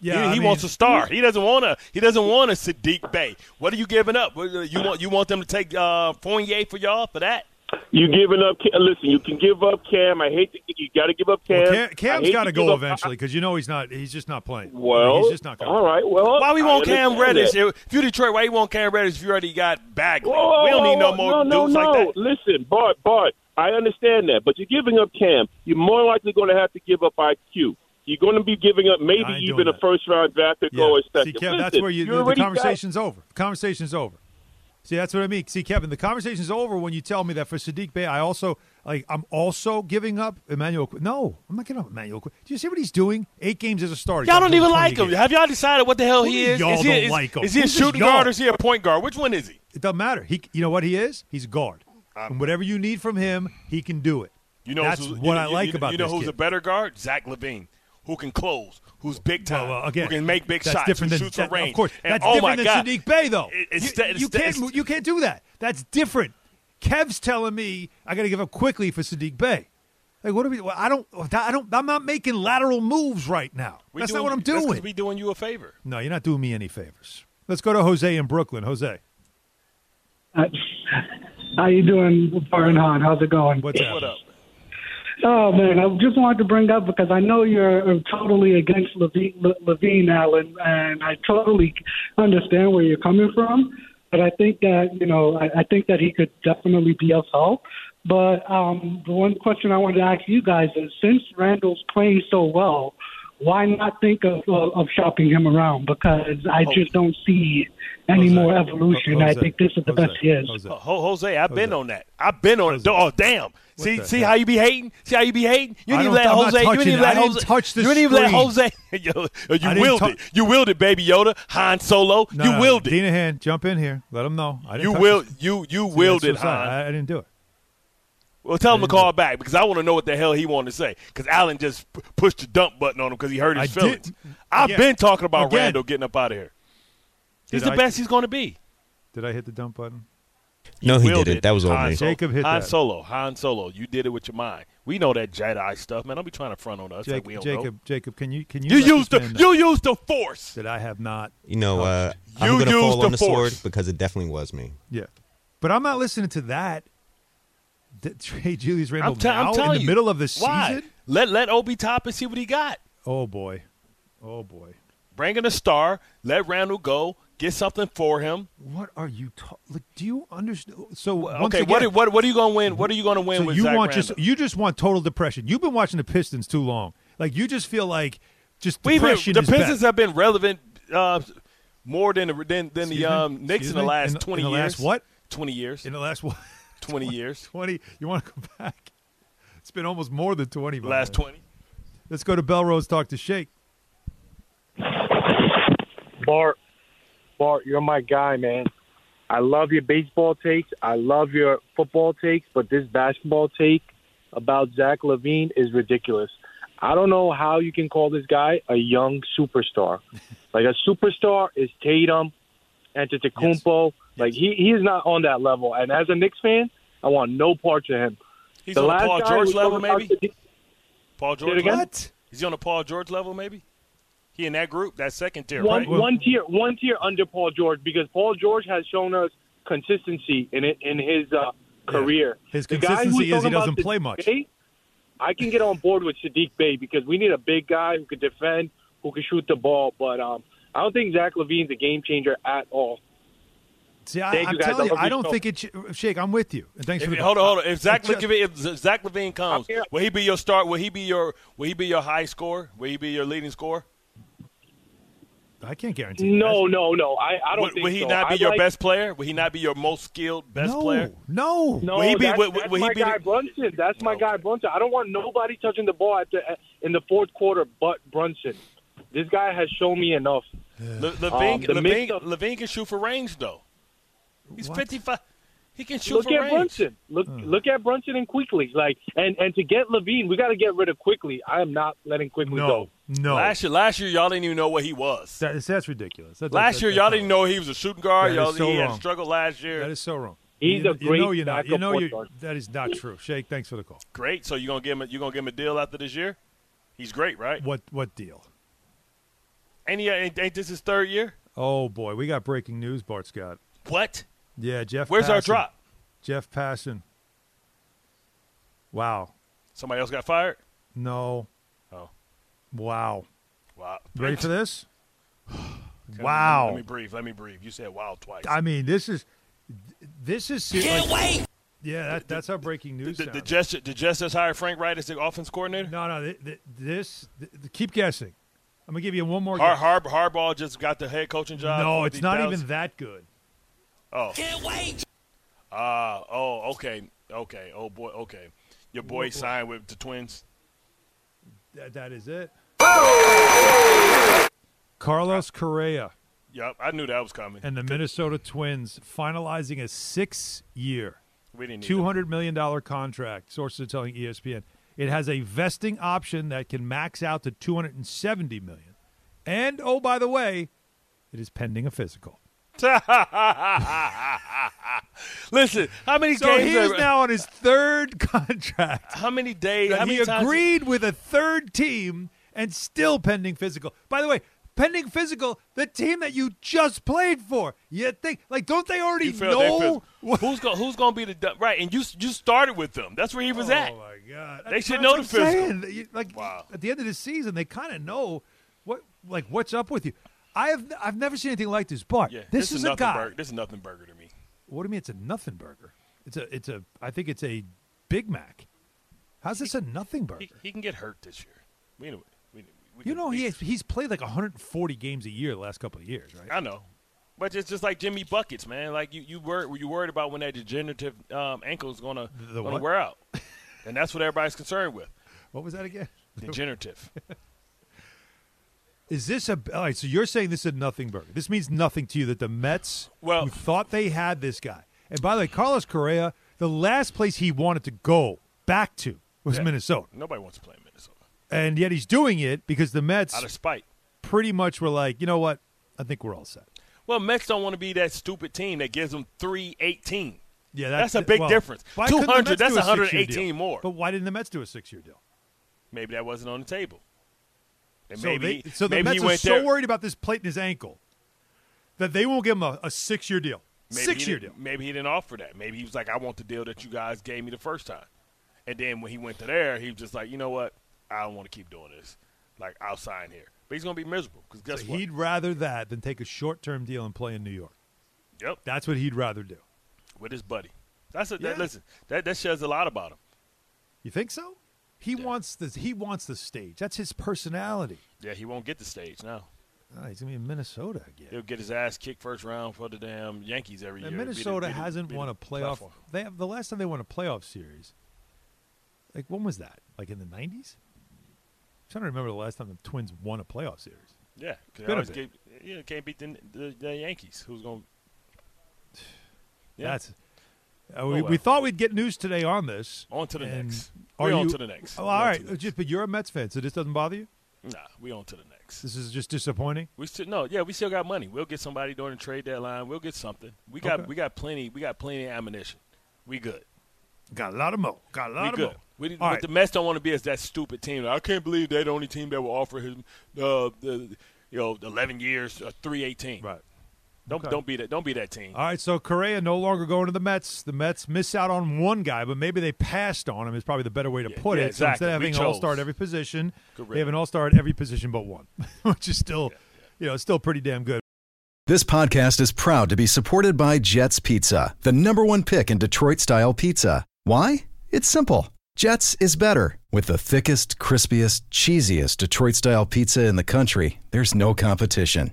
Speaker 2: Yeah,
Speaker 3: he,
Speaker 2: I
Speaker 3: he
Speaker 2: mean-
Speaker 3: wants a star. He doesn't want to. He doesn't want a Sadiq Bay. What are you giving up? What- You want you want them to take uh, Fournier for y'all for that?
Speaker 4: You giving up? Cam- Listen, you can give up Cam. I hate to. You got to give up Cam.
Speaker 2: Well, Cam,
Speaker 4: I
Speaker 2: Cam's
Speaker 4: hate
Speaker 2: got to
Speaker 4: give
Speaker 2: go
Speaker 4: up-
Speaker 2: eventually because you know he's not. He's just not playing.
Speaker 4: Well,
Speaker 2: he's just not going.
Speaker 4: all right. Well,
Speaker 3: Why we
Speaker 4: I
Speaker 3: want Cam
Speaker 4: understand
Speaker 3: Reddish?
Speaker 4: that.
Speaker 3: If you Detroit, why you want Cam Reddish if you already got Bagley?
Speaker 4: Whoa,
Speaker 3: we don't
Speaker 4: whoa,
Speaker 3: need no
Speaker 4: whoa,
Speaker 3: more
Speaker 4: no,
Speaker 3: dudes
Speaker 4: no,
Speaker 3: like that.
Speaker 4: no. Listen, Bart, Bart, I understand that, but you're giving up Cam. You're more likely going to have to give up IQ. You're going to be giving up
Speaker 2: I ain't
Speaker 4: maybe
Speaker 2: doing
Speaker 4: even a
Speaker 2: that.
Speaker 4: first round draft pick
Speaker 2: Yeah.
Speaker 4: or a second.
Speaker 2: See, Kevin, that's
Speaker 4: Listen,
Speaker 2: where you, the- the
Speaker 4: already got-
Speaker 2: conversation's over. The conversation's over. See, that's what I mean. See, Kevin, the conversation's over when you tell me that for Sadiq Bay, I also like I'm also giving up Emmanuel. Qu- No, I'm not giving up Emmanuel. Qu- Do you see what he's doing? Eight games as a starter.
Speaker 3: Y'all
Speaker 2: He's
Speaker 3: don't
Speaker 2: doing
Speaker 3: even
Speaker 2: 20
Speaker 3: like him.
Speaker 2: games.
Speaker 3: Have y'all decided what the hell
Speaker 2: What do
Speaker 3: he
Speaker 2: you
Speaker 3: is?
Speaker 2: y'all
Speaker 3: is he,
Speaker 2: don't
Speaker 3: is,
Speaker 2: like him?
Speaker 3: is he a
Speaker 2: Who's this
Speaker 3: shooting
Speaker 2: y'all?
Speaker 3: guard or is he a point guard? Which one is he? Um,
Speaker 2: It doesn't matter. He, you know what he is? He's a guard. And whatever you need from him, he can do it.
Speaker 3: You know
Speaker 2: that's
Speaker 3: who's- you
Speaker 2: what
Speaker 3: know-
Speaker 2: I
Speaker 3: you-
Speaker 2: like
Speaker 3: you know-
Speaker 2: about
Speaker 3: you know
Speaker 2: this
Speaker 3: who's
Speaker 2: kid.
Speaker 3: a better guard? Zach Levine, who can close, who's big time,
Speaker 2: Well, well, again,
Speaker 3: who can make big
Speaker 2: that's
Speaker 3: shots,
Speaker 2: Different
Speaker 3: who
Speaker 2: than,
Speaker 3: shoots
Speaker 2: that-
Speaker 3: a range.
Speaker 2: Of course,
Speaker 3: And,
Speaker 2: that's
Speaker 3: oh
Speaker 2: different
Speaker 3: my
Speaker 2: than
Speaker 3: God.
Speaker 2: Sadiq Bay, though.
Speaker 3: It- it's
Speaker 2: you,
Speaker 3: sta- it's
Speaker 2: you
Speaker 3: sta-
Speaker 2: can't
Speaker 3: it's-
Speaker 2: mo- you can't do that. That's different. Kev's telling me I got to give up quickly for Sadiq Bay. Like what are we? Well, I don't. I don't. I'm not making lateral moves right now.
Speaker 3: We
Speaker 2: that's
Speaker 3: doing-
Speaker 2: not what I'm
Speaker 3: that's 'cause
Speaker 2: doing.
Speaker 3: we doing you a favor.
Speaker 2: no, you're not doing me any favors. Let's go to Jose in Brooklyn.
Speaker 3: (laughs)
Speaker 2: Jose,
Speaker 5: Hi. How you doing, Baron Hahn? How's it going?
Speaker 2: what's up?
Speaker 3: What up?
Speaker 5: Oh man, I just wanted to bring up because I know you're uh, totally against Levine, Le- Levine Allen, and I totally understand where you're coming from. But I think that you know, I, I think that he could definitely be of help. But um, the one question I wanted to ask you guys is, since Randall's playing so well, why not think of of, of shopping him around? Because I just don't see
Speaker 2: Oh.
Speaker 5: any
Speaker 2: Jose.
Speaker 5: more evolution. I
Speaker 2: Jose.
Speaker 5: think this is the
Speaker 2: Jose.
Speaker 5: best he is.
Speaker 2: Jose.
Speaker 3: Uh, Ho- Jose, I've been on that. I've been on it. Oh, damn. see,
Speaker 2: the
Speaker 3: see
Speaker 2: hell?
Speaker 3: how you be hating? See how you be hating? You
Speaker 2: I don't-
Speaker 3: didn't let
Speaker 2: I'm not
Speaker 3: Jose. You
Speaker 2: touching
Speaker 3: didn't
Speaker 2: it. I
Speaker 3: let
Speaker 2: didn't
Speaker 3: Jose.
Speaker 2: touch the
Speaker 3: you didn't even let
Speaker 2: screen.
Speaker 3: Jose. (laughs) you
Speaker 2: I
Speaker 3: you
Speaker 2: didn't
Speaker 3: willed
Speaker 2: tou-
Speaker 3: it. You willed it, baby Yoda. Han Solo.
Speaker 2: No,
Speaker 3: you
Speaker 2: no,
Speaker 3: willed it.
Speaker 2: Dinahan, jump in here. Let him know. I didn't
Speaker 3: You
Speaker 2: touch
Speaker 3: will.
Speaker 2: this.
Speaker 3: You you
Speaker 2: See,
Speaker 3: willed it,
Speaker 2: that's what I'm saying.
Speaker 3: Han.
Speaker 2: I, I didn't do it.
Speaker 3: Well, tell him to
Speaker 2: didn't do
Speaker 3: call back because I want to know what the hell he wanted to say. Because Allen just p- pushed the dump button on him because he hurt his
Speaker 2: I
Speaker 3: feelings.
Speaker 2: did-
Speaker 3: I've
Speaker 2: Again.
Speaker 3: been talking about
Speaker 2: Again.
Speaker 3: Randall getting up out of here. He's
Speaker 2: Did
Speaker 3: the
Speaker 2: I-
Speaker 3: best he's going to be.
Speaker 2: Did I hit the dump button?
Speaker 6: No, he
Speaker 3: Willed
Speaker 6: didn't. That was all
Speaker 3: Han
Speaker 6: me.
Speaker 3: Solo-
Speaker 2: Jacob hit
Speaker 3: Han
Speaker 2: that.
Speaker 3: Solo. Han Solo. You did it with your mind. We know that Jedi stuff, man. Don't be trying to front on us. like
Speaker 2: Jacob,
Speaker 3: we don't know.
Speaker 2: Jacob, Jacob, can you can you
Speaker 3: You
Speaker 2: let this
Speaker 3: used the
Speaker 2: man know
Speaker 3: you used the force.
Speaker 2: that I have not?
Speaker 6: You know, uh, I'm
Speaker 3: You
Speaker 6: going to
Speaker 3: used
Speaker 6: fall
Speaker 3: the
Speaker 6: on the sword
Speaker 3: force.
Speaker 6: because it definitely was me.
Speaker 2: Yeah, but I'm not listening to that. D- (laughs) Trey Julius Randle
Speaker 3: I'm, te- I'm
Speaker 2: now
Speaker 3: telling
Speaker 2: in the
Speaker 3: you.
Speaker 2: middle of the
Speaker 3: Why?
Speaker 2: season?
Speaker 3: Let let Obi top and see what he got.
Speaker 2: Oh boy, oh boy.
Speaker 3: Bring in a star. Let Randall go. Get something for him.
Speaker 2: What are you talking? Like, do you understand? So once
Speaker 3: Okay,
Speaker 2: again,
Speaker 3: what, what what are you gonna win? What are you gonna win
Speaker 2: so
Speaker 3: with
Speaker 2: you
Speaker 3: Zach
Speaker 2: want
Speaker 3: Randall?
Speaker 2: just you just want total depression. You've been watching the Pistons too long. Like you just feel like just
Speaker 3: We've been,
Speaker 2: depression.
Speaker 3: the
Speaker 2: is back.
Speaker 3: Pistons have been relevant uh, more than the- than, than
Speaker 2: Excuse me?
Speaker 3: the um, Knicks
Speaker 2: Excuse
Speaker 3: in the
Speaker 2: me?
Speaker 3: last
Speaker 2: In the-
Speaker 3: twenty
Speaker 2: in the
Speaker 3: years.
Speaker 2: last what?
Speaker 3: Twenty years.
Speaker 2: in the last (laughs) what,
Speaker 3: twenty years.
Speaker 2: twenty. You want to go (laughs) back? It's been almost more than twenty. by
Speaker 3: Last
Speaker 2: the way.
Speaker 3: twenty.
Speaker 2: Let's go to Belrose. Talk to Shake.
Speaker 7: Bart, Bart, you're my guy, man. I love your baseball takes. I love your football takes, but this basketball take about Zach Levine is ridiculous. I don't know how you can call this guy a young superstar. like a superstar is Tatum, Antetokounmpo. Like he he is not on that level. And as a Knicks fan, I want no parts of him.
Speaker 3: He's
Speaker 7: The
Speaker 3: on the
Speaker 7: last
Speaker 3: Paul
Speaker 7: guy
Speaker 3: George
Speaker 7: was
Speaker 3: level,
Speaker 7: talking about
Speaker 3: maybe.
Speaker 7: the-
Speaker 3: Paul George.
Speaker 7: again?
Speaker 3: Level? Is he on the Paul George level, maybe? He in that group, that second tier,
Speaker 7: one
Speaker 3: right?
Speaker 7: one tier one tier under Paul George because Paul George has shown us consistency in it, in his uh, career.
Speaker 2: His
Speaker 7: The guy who's
Speaker 2: consistency is he
Speaker 7: talking about
Speaker 2: doesn't play
Speaker 7: Sadiq
Speaker 2: much.
Speaker 7: Bey, I can get on board with Sadiq Bey because we need a big guy who can defend, who can shoot the ball. But um, I don't think Zach Levine's a game changer at all.
Speaker 2: See, I,
Speaker 7: Thank
Speaker 2: I'm
Speaker 7: you, guys. I
Speaker 2: telling you,
Speaker 7: love
Speaker 2: I
Speaker 7: your
Speaker 2: don't
Speaker 7: show.
Speaker 2: think it. Sh- Shake, I'm with you. And thanks
Speaker 3: If,
Speaker 2: for the
Speaker 3: hold on, hold
Speaker 2: (laughs)
Speaker 3: on. If Zach
Speaker 2: It's just-
Speaker 3: Levine, if Z- Zach Levine comes,
Speaker 7: I'm here.
Speaker 3: will he be your start? Will he be your will he be your high scorer? Will he be your leading scorer?
Speaker 2: I can't guarantee. that.
Speaker 7: No, no, no. I, I don't
Speaker 3: Will,
Speaker 7: think
Speaker 3: will he
Speaker 7: so.
Speaker 3: not be
Speaker 7: I
Speaker 3: your
Speaker 7: like-
Speaker 3: best player? Will he not be your most skilled best
Speaker 2: no,
Speaker 3: player?
Speaker 2: No,
Speaker 7: No,
Speaker 3: Will he be-
Speaker 7: that's,
Speaker 3: will- will-
Speaker 7: that's
Speaker 3: will he
Speaker 7: my
Speaker 3: be
Speaker 7: guy
Speaker 3: the-
Speaker 7: Brunson. That's my
Speaker 3: No.
Speaker 7: guy Brunson. I don't want nobody touching the ball at the, in the fourth quarter, but Brunson. This guy has shown me enough. Um,
Speaker 3: Le- Levine,
Speaker 7: the
Speaker 3: Levine,
Speaker 7: mix of-
Speaker 3: Levine can shoot for range though. He's
Speaker 2: What? Hmm.
Speaker 3: fifty five. He can shoot
Speaker 7: Look
Speaker 3: for
Speaker 7: at
Speaker 3: range.
Speaker 7: Brunson. Look look at Brunson and quickly. Like and and to get Levine, we got to get rid of quickly. I am not letting quickly
Speaker 2: no,
Speaker 7: go.
Speaker 2: no.
Speaker 3: Last year, last year y'all didn't even know what he was.
Speaker 2: That- that's ridiculous. That-
Speaker 3: last
Speaker 2: that-
Speaker 3: year
Speaker 2: that's
Speaker 3: y'all
Speaker 2: not-
Speaker 3: didn't know he was a shooting guard.
Speaker 2: That
Speaker 3: y'all
Speaker 2: is so
Speaker 3: he had
Speaker 2: wrong.
Speaker 3: struggled last year.
Speaker 2: That is so wrong.
Speaker 7: He's
Speaker 2: you,
Speaker 7: a
Speaker 2: you know
Speaker 7: great
Speaker 2: you're not. You
Speaker 7: backup
Speaker 2: know
Speaker 7: point
Speaker 2: you.
Speaker 7: guard.
Speaker 2: That is not true. Shake, thanks for the call.
Speaker 3: great. So you gonna give him you gonna give him a deal after this year? He's great, right?
Speaker 2: What what deal?
Speaker 3: And he ain't, ain't this his third year?
Speaker 2: Oh boy, we got breaking news. Bart Scott.
Speaker 3: What?
Speaker 2: Yeah, Jeff.
Speaker 3: Where's our
Speaker 2: Passan.
Speaker 3: drop?
Speaker 2: Jeff Passon. Wow.
Speaker 3: Somebody else got fired?
Speaker 2: No.
Speaker 3: Oh.
Speaker 2: Wow.
Speaker 3: Wow.
Speaker 2: Ready for this?
Speaker 3: Let me-
Speaker 2: wow.
Speaker 3: Let me breathe. Let me breathe. You said wow twice.
Speaker 2: I mean, this is this is can't wait. Yeah, that, that's how breaking news.
Speaker 3: the, the,
Speaker 2: sounded.
Speaker 3: Jets, the Jets just hired Frank Wright as the offense coordinator.
Speaker 2: no, no, th- th- this. th- th- keep guessing. I'm gonna give you one more.
Speaker 3: Har,
Speaker 2: guess.
Speaker 3: Har, Harbaugh just got the head coaching job.
Speaker 2: no,
Speaker 3: for
Speaker 2: it's
Speaker 3: the
Speaker 2: not
Speaker 3: Dallas-
Speaker 2: even that good.
Speaker 3: Oh. Can't wait. Uh, oh, okay. Okay. Oh, boy. Okay. Your boy signed with the Twins.
Speaker 2: That, that is it. Carlos Correa
Speaker 3: Yep. I knew that was coming.
Speaker 2: and the (laughs) Minnesota Twins finalizing a six-year,
Speaker 3: we didn't need
Speaker 2: two
Speaker 3: that.
Speaker 2: hundred million dollar contract. Sources are telling E ESPN it has a vesting option that can max out to two hundred and seventy million. And oh, by the way, it is pending a physical.
Speaker 3: Listen, how many
Speaker 2: So
Speaker 3: games
Speaker 2: he is
Speaker 3: are-
Speaker 2: now on his third (laughs) contract.
Speaker 3: (laughs) how many days? How
Speaker 2: that
Speaker 3: many
Speaker 2: he
Speaker 3: times-
Speaker 2: agreed with a third team and still pending physical. By the way, pending physical, the team that you just played for. You think like don't they already
Speaker 3: You
Speaker 2: (laughs)
Speaker 3: feel
Speaker 2: know?
Speaker 3: they feel- who's going who's going to be the du- right? And you you started with them. That's where he was at.
Speaker 2: Oh my god!
Speaker 3: They should
Speaker 2: what
Speaker 3: know
Speaker 2: I'm
Speaker 3: the physical.
Speaker 2: saying. That you- Like
Speaker 3: Wow.
Speaker 2: at the end of the season, they kind of know what like what's up with you. I have I've never seen anything like this. But
Speaker 3: Yeah,
Speaker 2: this, is, a
Speaker 3: nothing
Speaker 2: guy.
Speaker 3: Burger. This is nothing burger to me.
Speaker 2: What do you mean? It's a nothing burger. It's a it's a. I think it's a Big Mac. How's this a nothing burger?
Speaker 3: He, he can get hurt this year. We, know- we, we
Speaker 2: You
Speaker 3: can-
Speaker 2: know
Speaker 3: we-
Speaker 2: he has, he's played like 140 games a year the last couple of years, right?
Speaker 3: I know, but it's just like Jimmy buckets, man. Like you you were you worried about when that degenerative um, ankle is gonna,
Speaker 2: The
Speaker 3: gonna
Speaker 2: what? (laughs)
Speaker 3: wear out, and that's what everybody's concerned with.
Speaker 2: What was that again? (laughs)
Speaker 3: Degenerative.
Speaker 2: Is this a all right? So you're saying this is a nothing burger? This means nothing to you that the Mets,
Speaker 3: Well-
Speaker 2: who thought they had this guy, and by the way, Carlos Correa, the last place he wanted to go back to was Minnesota,
Speaker 3: Nobody wants to play in Minnesota
Speaker 2: and yet he's doing it because the Mets
Speaker 3: out of spite.
Speaker 2: pretty much were like, you know what? I think we're all set.
Speaker 3: Well, Mets don't want to be that stupid team that gives them three eighteen.
Speaker 2: Yeah,
Speaker 3: That's a big difference.
Speaker 2: why couldn't the
Speaker 3: 200,
Speaker 2: Mets
Speaker 3: that's
Speaker 2: do a six-year
Speaker 3: 118
Speaker 2: deal?
Speaker 3: more.
Speaker 2: But why didn't the Mets do a six-year deal?
Speaker 3: Maybe that wasn't on the table. And
Speaker 2: So
Speaker 3: maybe
Speaker 2: they, so the
Speaker 3: maybe
Speaker 2: Mets
Speaker 3: he
Speaker 2: are
Speaker 3: went
Speaker 2: so
Speaker 3: there.
Speaker 2: worried about this plate in his ankle that they won't give him a, a six-year deal.
Speaker 3: Maybe
Speaker 2: Six
Speaker 3: he
Speaker 2: year
Speaker 3: didn't-
Speaker 2: deal.
Speaker 3: Maybe he didn't offer that. Maybe he was like, I want the deal that you guys gave me the first time. And then when he went to there, he was just like, you know what? I don't want to keep doing this. Like, I'll sign here. But he's going to be miserable because guess what?
Speaker 2: He'd rather that than take a short term deal and play in New York.
Speaker 3: yep,
Speaker 2: That's what he'd rather do.
Speaker 3: with his buddy. That's a, that,
Speaker 2: Yeah.
Speaker 3: listen. That that says a lot about him.
Speaker 2: You think so? He wants the he wants the stage. That's his personality.
Speaker 3: Yeah, he won't get the stage now.
Speaker 2: Ah, he's gonna be in Minnesota again.
Speaker 3: He'll get his ass kicked first round for the damn Yankees every
Speaker 2: And
Speaker 3: year. Be the-
Speaker 2: Minnesota
Speaker 3: be the-
Speaker 2: hasn't
Speaker 3: be the
Speaker 2: won a playoff.
Speaker 3: platform.
Speaker 2: They have, the last time they won a playoff series. Like when was that? Like in the nineties? I'm trying to remember the last time the Twins won a playoff series.
Speaker 3: Yeah, 'cause they
Speaker 2: been a
Speaker 3: always
Speaker 2: bit.
Speaker 3: get- yeah, can't beat the, the, the Yankees. Who's going? Yeah. Oh,
Speaker 2: That's. uh, we,
Speaker 3: well.
Speaker 2: we thought we'd get news today on this.
Speaker 3: On to the
Speaker 2: and
Speaker 3: next.
Speaker 2: Are
Speaker 3: We're on
Speaker 2: you-
Speaker 3: to the next.
Speaker 2: Oh,
Speaker 3: We're
Speaker 2: all
Speaker 3: on to
Speaker 2: right.
Speaker 3: the next.
Speaker 2: Just, but you're a Mets fan, so this doesn't bother you.
Speaker 3: Nah, we on to the next.
Speaker 2: This is just disappointing.
Speaker 3: We still no, yeah, we still got money. We'll get somebody during the trade deadline. We'll get something. We got
Speaker 2: Okay.
Speaker 3: we got plenty. We got plenty of ammunition. We good.
Speaker 2: Got a lot of mo. Got a
Speaker 3: We
Speaker 2: lot
Speaker 3: good.
Speaker 2: of mo.
Speaker 3: We, what
Speaker 2: all right.
Speaker 3: the Mets don't want to be is that stupid team. I can't believe they're the only team that will offer him uh, the you know eleven years, uh, three eighteen.
Speaker 2: right.
Speaker 3: Don't
Speaker 2: Okay.
Speaker 3: don't be that. Don't be that team.
Speaker 2: All right, so Correa no longer going to the Mets. The Mets miss out on one guy, but maybe they passed on him. Is probably the better way to
Speaker 3: Yeah,
Speaker 2: put
Speaker 3: yeah,
Speaker 2: it. So
Speaker 3: exactly.
Speaker 2: instead
Speaker 3: We
Speaker 2: of having an
Speaker 3: chose.
Speaker 2: all star at every position,
Speaker 3: Correct.
Speaker 2: they have an all star at every position but one, (laughs) which is still, you know, it's still pretty damn good.
Speaker 8: This podcast is proud to be supported by Jets Pizza, the number one pick in Detroit style pizza. Why? It's simple. Jets is better. With the thickest, crispiest, cheesiest Detroit style pizza in the country, there's no competition.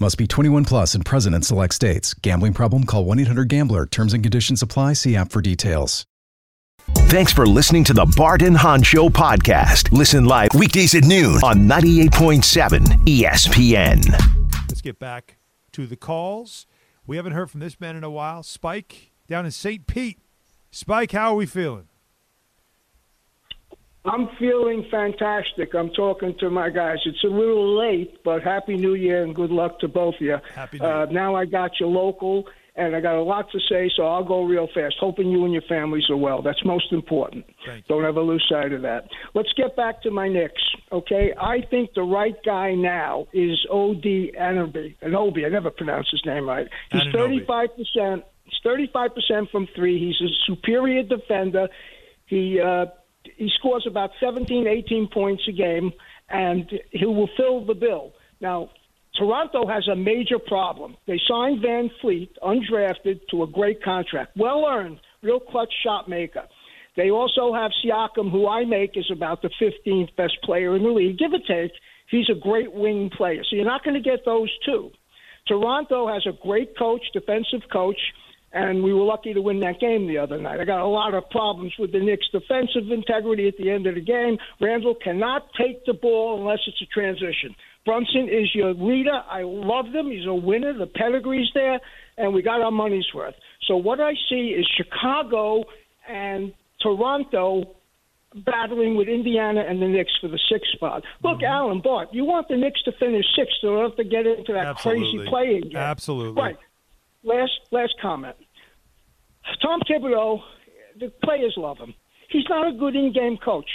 Speaker 8: Must be 21 plus and present in select states. Gambling problem? Call 1 800 Gambler. Terms and conditions apply. See app for details.
Speaker 1: Thanks for listening to the Bart and Han Show podcast. Listen live weekdays at noon on 98.7 ESPN.
Speaker 2: Let's get back to the calls. We haven't heard from this man in a while. Spike down in St. Pete. Spike, how are we feeling?
Speaker 5: I'm feeling fantastic. I'm talking to my guys. It's a little late, but happy New Year and good luck to both of you.
Speaker 2: Happy New
Speaker 5: Uh, now I got your local, and I got a lot to say, so I'll go real fast. Hoping you and your families are well. That's most important.
Speaker 2: Thank
Speaker 5: Don't ever lose sight of that. Let's get back to my Knicks. Okay, I think the right guy now is O.D. Anobi. Anobi, I never pronounce his name right. He's
Speaker 2: Anunoby.
Speaker 5: thirty-five percent. He's thirty-five percent from three. He's a superior defender. He uh, he scores about 17, 18 points a game, and he will fill the bill. Now, Toronto has a major problem. They signed Van Fleet undrafted to a great contract, well earned, real clutch shot maker. They also have Siakam, who I make is about the 15th best player in the league, give or take. He's a great wing player, so you're not going to get those two. Toronto has a great coach, defensive coach, and we were lucky to win that game the other night. I got a lot of problems with the Knicks' defensive integrity at the end of the game. Randall cannot take the ball unless it's a transition. Brunson is your leader. I love him. He's a winner. The pedigree's there, and we got our money's worth. So what I see is Chicago and Toronto battling with Indiana and the Knicks for the sixth spot. Look,
Speaker 2: Mm-hmm.
Speaker 5: Alan Bart, you want the Knicks to finish sixth so they don't have to get into that
Speaker 2: Absolutely.
Speaker 5: crazy playing game.
Speaker 2: Absolutely.
Speaker 5: Right. Last last comment. Tom Thibodeau, the players love him. He's not a good in-game coach.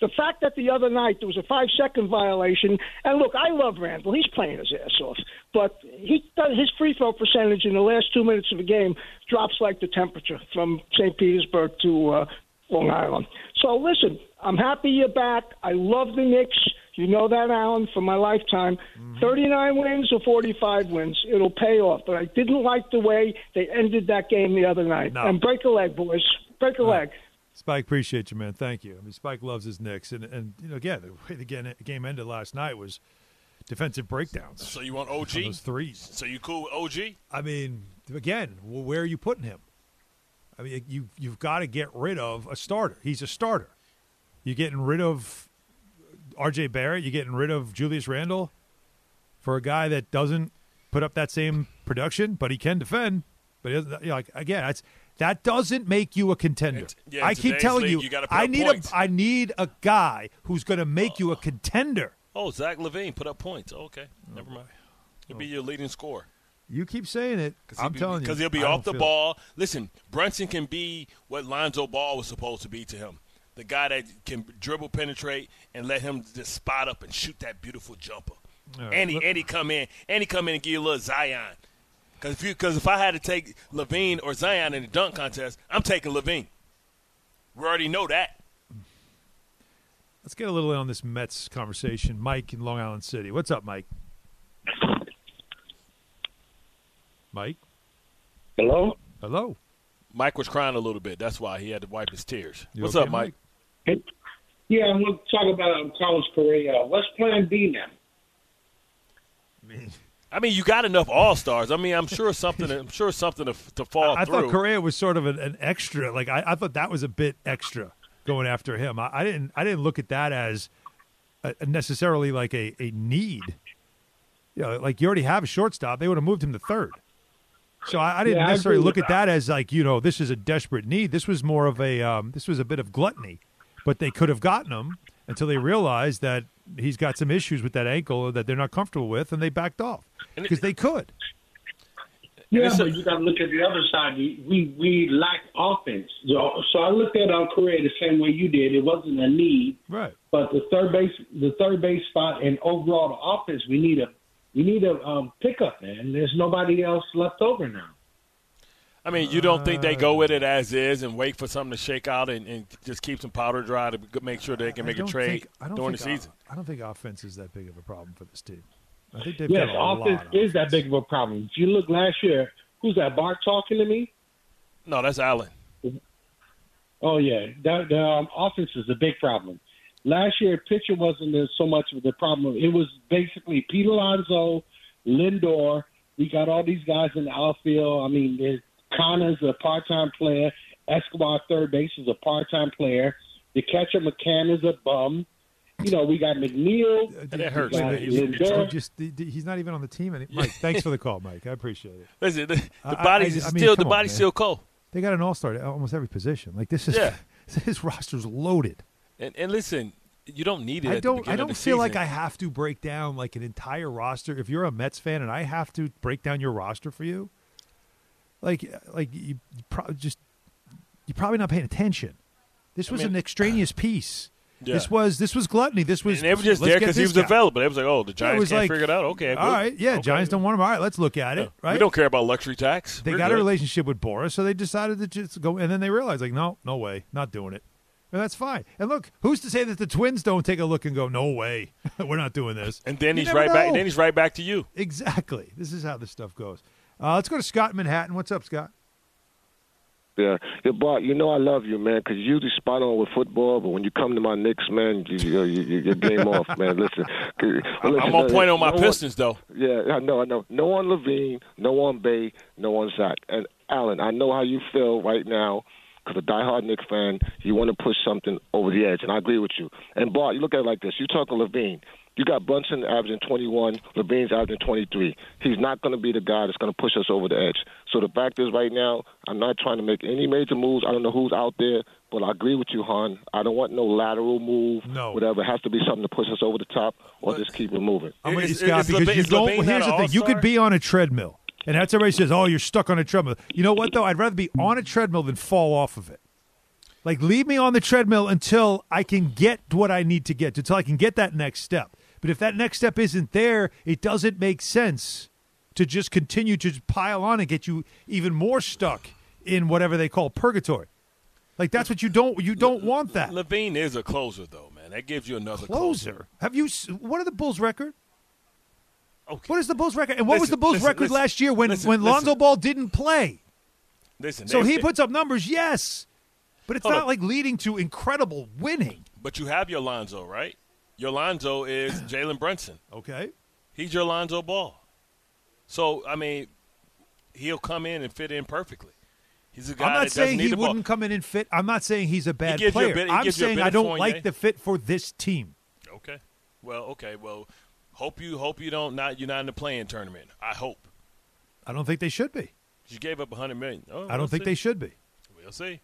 Speaker 5: The fact that the other night there was a five-second violation, and look, I love Randall. He's playing his ass off, but he his free throw percentage in the last two minutes of a game drops like the temperature from St. Petersburg to uh, Long Island. So listen, I'm happy you're back. I love the Knicks. You know that, Alan, from my lifetime. 39 wins or 45 wins, it'll pay off. But I didn't like the way they ended that game the other night.
Speaker 2: No.
Speaker 5: And Um, break a leg, boys. Break a leg.
Speaker 2: Spike, appreciate you, man. Thank you. I mean, Spike loves his Knicks, and and you know, again, the way the game- game ended last night was defensive breakdowns.
Speaker 3: So you want OG?
Speaker 2: On those threes.
Speaker 3: So you cool with OG?
Speaker 2: I mean, again, well, where are you putting him? I mean, you you've got to get rid of a starter. He's a starter. You're getting rid of R.J. Barrett. You're getting rid of Julius Randle for a guy that doesn't put up that same production, but he can defend. But he doesn't, you know, like again, that's that doesn't make you a contender.
Speaker 3: yeah, in
Speaker 2: I keep
Speaker 3: today's
Speaker 2: telling
Speaker 3: league,
Speaker 2: you,
Speaker 3: you gotta put
Speaker 2: I
Speaker 3: up
Speaker 2: need
Speaker 3: points.
Speaker 2: a I need a guy who's going to make you a contender.
Speaker 3: Oh, Zach Levine put up points. Oh, okay, never mind. He'll be your leading scorer.
Speaker 2: You keep saying it. I'm telling you,
Speaker 3: because he'll be
Speaker 2: I don't
Speaker 3: off the
Speaker 2: feel it.
Speaker 3: ball. Listen, Brunson can be what Lonzo Ball was supposed to be to him. The guy that can dribble, penetrate, and let him just spot up and shoot that beautiful jumper.
Speaker 2: All right,
Speaker 3: and he
Speaker 2: let-
Speaker 3: and he come in, and he come in and give you a little Zion. Because if you, because if I had to take Levine or Zion in the dunk contest, I'm taking Levine. We already know that.
Speaker 2: Let's get a little in on this Mets conversation. Mike in Long Island City. What's up, Mike? Mike?
Speaker 9: Hello?
Speaker 2: Hello.
Speaker 3: Mike was crying a little bit. That's why he had to wipe his tears.
Speaker 2: You
Speaker 3: What's
Speaker 2: okay,
Speaker 3: up, Mike?
Speaker 9: Yeah, I want to talk about um, Carlos Correa. What's Plan B now?
Speaker 3: I mean, you got enough all stars. I mean, I'm sure something. I'm sure something to, to fall
Speaker 2: I
Speaker 3: through.
Speaker 2: thought Correa was sort of an, an extra. Like I, I thought that was a bit extra going after him. I, I didn't I didn't look at that as a, necessarily like a, a need. You know, like you already have a shortstop. They would have moved him to third. So I, I didn't
Speaker 9: Yeah, I
Speaker 2: necessarily
Speaker 9: agree
Speaker 2: look
Speaker 9: with
Speaker 2: at that as like you know this is a desperate need. This was more of a um, this was a bit of gluttony, but they could have gotten him until they realized that he's got some issues with that ankle that they're not comfortable with, and they backed off
Speaker 3: And it-
Speaker 2: because they could.
Speaker 9: Yeah,
Speaker 3: it's a-
Speaker 9: but you got to look at the other side. We we, we lack offense. So, so I looked at our career the same way you did. It wasn't a need,
Speaker 2: Right.
Speaker 9: but the third base the third base spot and overall the offense we need a we need a um, pickup, and there's nobody else left over now.
Speaker 3: I mean, you don't think they go
Speaker 2: Uh,
Speaker 3: with it as is and wait for something to shake out and, and just keep some powder dry to make sure they
Speaker 2: I
Speaker 3: can make a
Speaker 2: don't
Speaker 3: trade
Speaker 2: think- I don't
Speaker 3: during the
Speaker 2: think o-
Speaker 3: season?
Speaker 2: I don't think offense is that big of a problem for this team. I think they've
Speaker 9: Yes,
Speaker 2: got a lot.
Speaker 9: offense
Speaker 2: of
Speaker 9: is that big of a problem. If you look last year, who's that Bart talking to me?
Speaker 3: No, that's Allen.
Speaker 9: Oh yeah, the, the um, offense is a big problem. Last year, pitcher wasn't as- so much of the problem. It was basically Pete Alonso, Lindor. We got all these guys in the outfield. I mean, there's Connor's a part-time player. Escobar third base is a part-time player. The catcher McCann is a bum. You know, we got McNeil.
Speaker 2: offense.
Speaker 3: That hurts.
Speaker 9: Yeah,
Speaker 2: He's,
Speaker 9: he's-
Speaker 2: he just, he- he's not even on the team anymore. Mike, thanks for the call, Mike. I appreciate it.
Speaker 3: Listen, the, the
Speaker 2: I- I-
Speaker 3: body's
Speaker 2: I mean,
Speaker 3: still the
Speaker 2: come on,
Speaker 3: body's
Speaker 2: man.
Speaker 3: still cold.
Speaker 2: They got an all star at almost every position. Like (laughs) this is
Speaker 3: Yeah.
Speaker 2: his roster's loaded.
Speaker 3: And, and listen, you don't need it.
Speaker 2: I
Speaker 3: at The
Speaker 2: don't.
Speaker 3: beginning
Speaker 2: I
Speaker 3: of
Speaker 2: don't
Speaker 3: the
Speaker 2: feel
Speaker 3: season.
Speaker 2: like I have to break down like an entire roster. If you're a Mets fan and I have to break down your roster for you, like like you, you probably just you're probably not paying attention. This was
Speaker 3: mean-
Speaker 2: an extraneous piece.
Speaker 3: Yeah.
Speaker 2: This was this was gluttony. This was
Speaker 3: And they were just
Speaker 2: let's
Speaker 3: there
Speaker 2: get
Speaker 3: because he
Speaker 2: this
Speaker 3: was
Speaker 2: guy.
Speaker 3: available. They was like, oh, the
Speaker 2: Yeah,
Speaker 3: Giants can't figure it out. Okay,
Speaker 2: all
Speaker 3: well,
Speaker 2: right, yeah,
Speaker 3: okay.
Speaker 2: Giants don't want him. All right, let's look at it. Right,
Speaker 3: We don't care about luxury tax.
Speaker 2: They
Speaker 3: We're
Speaker 2: got
Speaker 3: good.
Speaker 2: a relationship with Boris, so they decided to just go. And then they realized, like, no, no way, not doing it. And that's fine. And look, who's to say that the Twins don't take a look and go, no way, (laughs) we're not doing this.
Speaker 3: And then
Speaker 2: You
Speaker 3: he's
Speaker 2: never
Speaker 3: right back.
Speaker 2: know.
Speaker 3: Then he's right back to you.
Speaker 2: exactly. This is how this stuff goes. Uh, let's go to Scott in Manhattan. What's up, Scott?
Speaker 10: Yeah, yeah, Bart. You know I love you, man, 'cause you're usually spot on with football, but when you come to my Knicks, man, you, you, you, your game off, man. Listen, (laughs) 'cause- well, listen,
Speaker 3: I'm on
Speaker 10: uh,
Speaker 3: point on my
Speaker 10: no one-
Speaker 3: Pistons though.
Speaker 10: yeah, I know, I know. No on Levine, no on Bay, no on Zach. And Allen, I know how you feel right now because a diehard Knicks fan, you want to push something over the edge, and I agree with you. And Bart, you look at it like this: you talking Levine. You got Brunson averaging 21, Levine's averaging 23. He's not going to be the guy that's going to push us over the edge. So the fact is, right now, I'm not trying to make any major moves. I don't know who's out there, but I agree with you, Han. I don't want no lateral move,
Speaker 2: No.
Speaker 10: whatever. It has to be something to push us over the top, or just keep it moving.
Speaker 2: I'm with you,
Speaker 3: Is-
Speaker 2: Scott,
Speaker 3: is
Speaker 2: because
Speaker 3: Levine-
Speaker 2: you
Speaker 3: is
Speaker 2: don't.
Speaker 3: Levine
Speaker 2: here's
Speaker 3: not
Speaker 2: the
Speaker 3: an
Speaker 2: thing: you could
Speaker 3: all-star?
Speaker 2: be on a treadmill, and that's everybody says, "Oh, you're stuck on a treadmill." You know what though? I'd rather be on a treadmill than fall off of it. Like, leave me on the treadmill until I can get what I need to get, until I can get that next step. But if that next step isn't there, it doesn't make sense to just continue to pile on and get you even more stuck in whatever they call purgatory. Like that's what you don't you don't want that
Speaker 3: Levine is a closer though, man. That gives you another
Speaker 2: closer. Have you? s- What are the Bulls' record?
Speaker 3: Okay.
Speaker 2: What is the Bulls' record? And what was
Speaker 3: Listen,
Speaker 2: the Bulls'
Speaker 3: listen,
Speaker 2: record
Speaker 3: listen,
Speaker 2: last year when
Speaker 3: listen,
Speaker 2: when Lonzo
Speaker 3: listen.
Speaker 2: Ball didn't play?
Speaker 3: Listen,
Speaker 2: So
Speaker 3: they-
Speaker 2: he
Speaker 3: they-
Speaker 2: puts up numbers, yes, but it's
Speaker 3: Hold
Speaker 2: not
Speaker 3: on.
Speaker 2: like leading to incredible winning. (clears throat)
Speaker 3: But you have your Lonzo, right? Your Lonzo is Jalen Brunson.
Speaker 2: Okay,
Speaker 3: He's your Lonzo Ball. So I mean, he'll come in and fit in perfectly. He's a guy
Speaker 2: I'm not
Speaker 3: that doesn't
Speaker 2: saying
Speaker 3: need
Speaker 2: he
Speaker 3: the ball.
Speaker 2: wouldn't come in and fit. I'm not saying he's a bad
Speaker 3: gives you a
Speaker 2: player.
Speaker 3: bit- he
Speaker 2: I'm
Speaker 3: gives you a
Speaker 2: saying
Speaker 3: bit
Speaker 2: I
Speaker 3: of
Speaker 2: don't
Speaker 3: Fournier.
Speaker 2: like the fit for this team.
Speaker 3: Okay. Well, okay. Well, hope you hope you don't not you're not in the playing tournament. I hope
Speaker 2: I don't think they should be.
Speaker 3: you gave up 100 million. Oh,
Speaker 2: I
Speaker 3: we'll
Speaker 2: don't think
Speaker 3: see.
Speaker 2: they should be.
Speaker 3: We'll see.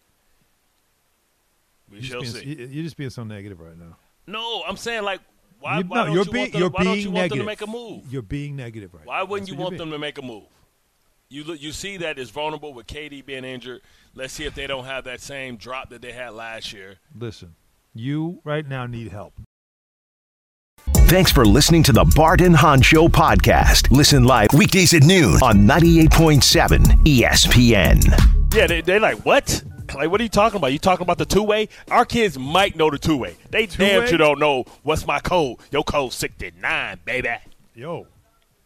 Speaker 3: We
Speaker 2: You're
Speaker 3: shall
Speaker 2: just,
Speaker 3: see.
Speaker 2: being, you- you're just being so negative right now.
Speaker 3: No, I'm saying like why,
Speaker 2: You-
Speaker 3: why
Speaker 2: no,
Speaker 3: don't
Speaker 2: you're
Speaker 3: you
Speaker 2: being
Speaker 3: want, them,
Speaker 2: you're
Speaker 3: why
Speaker 2: being
Speaker 3: don't you want them to
Speaker 2: negative.
Speaker 3: make a move?
Speaker 2: You're being negative right.
Speaker 3: Why wouldn't
Speaker 2: That's
Speaker 3: you
Speaker 2: what
Speaker 3: want
Speaker 2: you're
Speaker 3: them to make a move? You look, you see that it's vulnerable with KD being injured. Let's see if they don't have that same drop that they had last year.
Speaker 2: Listen, you right now need help.
Speaker 1: Thanks for listening to the Bart and Han Show podcast. Listen live weekdays at noon on 98.7 ESPN.
Speaker 3: Yeah, they they like what? Like what are you talking about? You talking about the two way? Our kids might know the two way. They damn
Speaker 2: Two-way?
Speaker 3: sure don't know what's my code. Your code sixty nine, baby.
Speaker 2: Yo,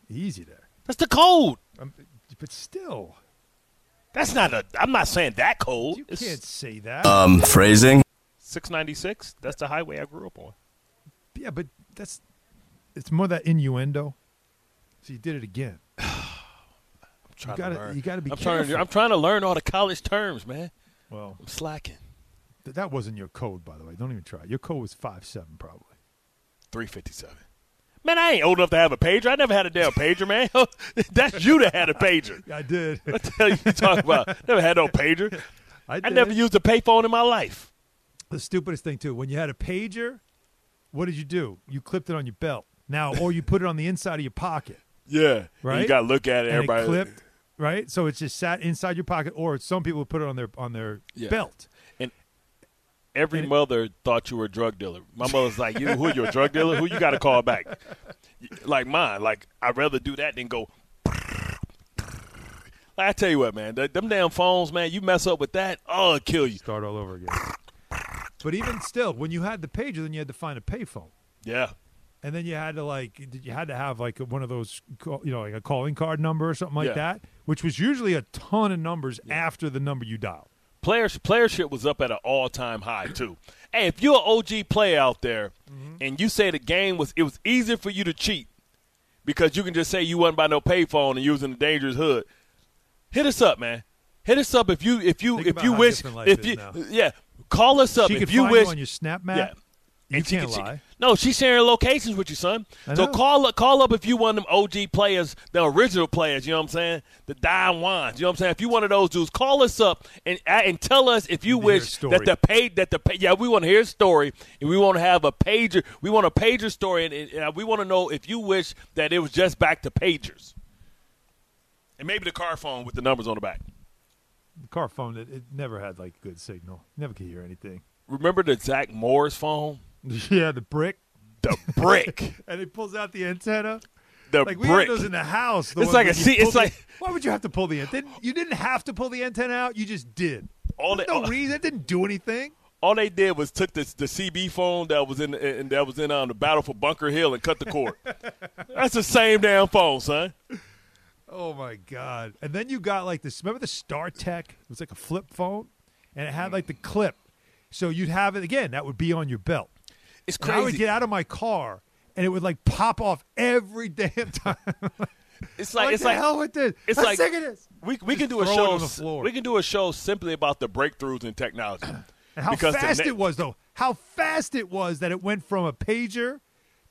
Speaker 2: easy there.
Speaker 3: That's the code.
Speaker 2: Um, but still,
Speaker 3: That's not a. I'm not saying that code.
Speaker 2: you can't say that.
Speaker 11: Um, phrasing.
Speaker 3: Six ninety six. That's the highway I grew up on.
Speaker 2: yeah, but that's it's more that innuendo. So you did it again.
Speaker 3: I'm trying
Speaker 2: gotta-
Speaker 3: to learn.
Speaker 2: you gotta be
Speaker 3: I'm trying to-
Speaker 2: careful.
Speaker 3: I'm trying to learn all the college terms, man.
Speaker 2: Well,
Speaker 3: I'm slacking.
Speaker 2: Th- that wasn't your code, by the way. Don't even try. Your code was five seven, probably.
Speaker 3: Three fifty seven. Man, I ain't old enough to have a pager. I never had a damn pager, man. (laughs) That's you that had a pager.
Speaker 2: (laughs) I did.
Speaker 3: I tell you, you talk about never had no pager.
Speaker 2: (laughs) I,
Speaker 3: I never
Speaker 2: did.
Speaker 3: used a payphone in my life.
Speaker 2: the stupidest thing too. When you had a pager, what did you do? You clipped it on your belt. Now, or you put it on the inside of your
Speaker 3: (laughs)
Speaker 2: pocket.
Speaker 3: Yeah,
Speaker 2: Right.
Speaker 3: You got to look at it.
Speaker 2: And
Speaker 3: everybody
Speaker 2: clipped. Right, so it's just sat inside your pocket, or some people put it on their on their
Speaker 3: Yeah.
Speaker 2: belt.
Speaker 3: And every mother thought you were a drug dealer. My mother's like, "You who? You're a drug dealer? Who you got to call back?" Like mine. Like I'd rather do that than go. I tell you what, man. th- Them damn phones, man. You mess up with that, oh, it'll kill you.
Speaker 2: Start all over again. But even still, when you had the pager, then you had to find a payphone,
Speaker 3: Yeah.
Speaker 2: and then you had to like you had to have like one of those call, you know like a calling card number or something like
Speaker 3: Yeah.
Speaker 2: that, which was usually a ton of numbers after the number you dialed.
Speaker 3: Players, player shit was up at an all time high too. Hey, if you're an OG player out there,
Speaker 2: Mm-hmm.
Speaker 3: and you say the game was, it was easier for you to cheat because you can just say you wasn't by no payphone and you was in a dangerous hood. Hit us up, man. Hit us up if you if you
Speaker 2: Think
Speaker 3: if
Speaker 2: about
Speaker 3: you
Speaker 2: how
Speaker 3: wish
Speaker 2: different life
Speaker 3: if
Speaker 2: is
Speaker 3: you
Speaker 2: now.
Speaker 3: yeah call us up
Speaker 2: she
Speaker 3: if
Speaker 2: could
Speaker 3: you
Speaker 2: find
Speaker 3: wish
Speaker 2: you on your Snap map.
Speaker 3: yeah.
Speaker 2: You
Speaker 3: And she
Speaker 2: can't
Speaker 3: can- she-
Speaker 2: lie.
Speaker 3: no, she's sharing locations with you, son.
Speaker 2: I
Speaker 3: So
Speaker 2: know.
Speaker 3: call up, call up if you one of them OG players, the original players. You know what I'm saying? The Don Juans. You know what I'm saying? If you one of those dudes, call us up and and tell us if you
Speaker 2: to hear a
Speaker 3: wish
Speaker 2: story.
Speaker 3: that the page that the pa- yeah we want to hear a story and we want to have a pager. We want a pager story and, and, and we want to know if you wish that it was just back to pagers and maybe the car phone with the numbers on the back.
Speaker 2: The car phone it, it never had like good signal. Never could hear anything.
Speaker 3: Remember the Zach
Speaker 2: (laughs)
Speaker 3: Morris phone?
Speaker 2: Yeah, the brick.
Speaker 3: The brick.
Speaker 2: (laughs) And it pulls out the antenna.
Speaker 3: The
Speaker 2: like we
Speaker 3: brick.
Speaker 2: had those in the house. the
Speaker 3: It's
Speaker 2: ones
Speaker 3: like a
Speaker 2: that you
Speaker 3: C- it's
Speaker 2: pulled the-
Speaker 3: like-
Speaker 2: why would you have to pull the antenna? You didn't have to pull the antenna out. You just did.
Speaker 3: All
Speaker 2: There's
Speaker 3: the-
Speaker 2: no
Speaker 3: all-
Speaker 2: reason. It didn't do anything.
Speaker 3: All they did was took the, the CB phone that was in and that was in um, the battle for Bunker Hill and cut
Speaker 2: (laughs)
Speaker 3: the cord. That's the same damn phone, son.
Speaker 2: Oh my god! And then you got like this. Remember the StarTech? It was like a flip phone, and it had like the clip. So you'd have it again. That would be on your belt.
Speaker 3: It's
Speaker 2: And I would
Speaker 3: crazy.
Speaker 2: get out of my car, and it would like pop off every (laughs) damn time.
Speaker 3: It's like,
Speaker 2: What
Speaker 3: it's
Speaker 2: the
Speaker 3: like
Speaker 2: hell with this?
Speaker 3: It's
Speaker 2: I'm
Speaker 3: like
Speaker 2: sick of this.
Speaker 3: We we
Speaker 2: Just
Speaker 3: can do a
Speaker 2: throw it
Speaker 3: show.
Speaker 2: on the
Speaker 3: s-
Speaker 2: floor.
Speaker 3: We can do a show simply about the breakthroughs in technology.
Speaker 2: (clears throat) And how
Speaker 3: Because the
Speaker 2: fast
Speaker 3: ne-
Speaker 2: it was, though. How fast it was that it went from a pager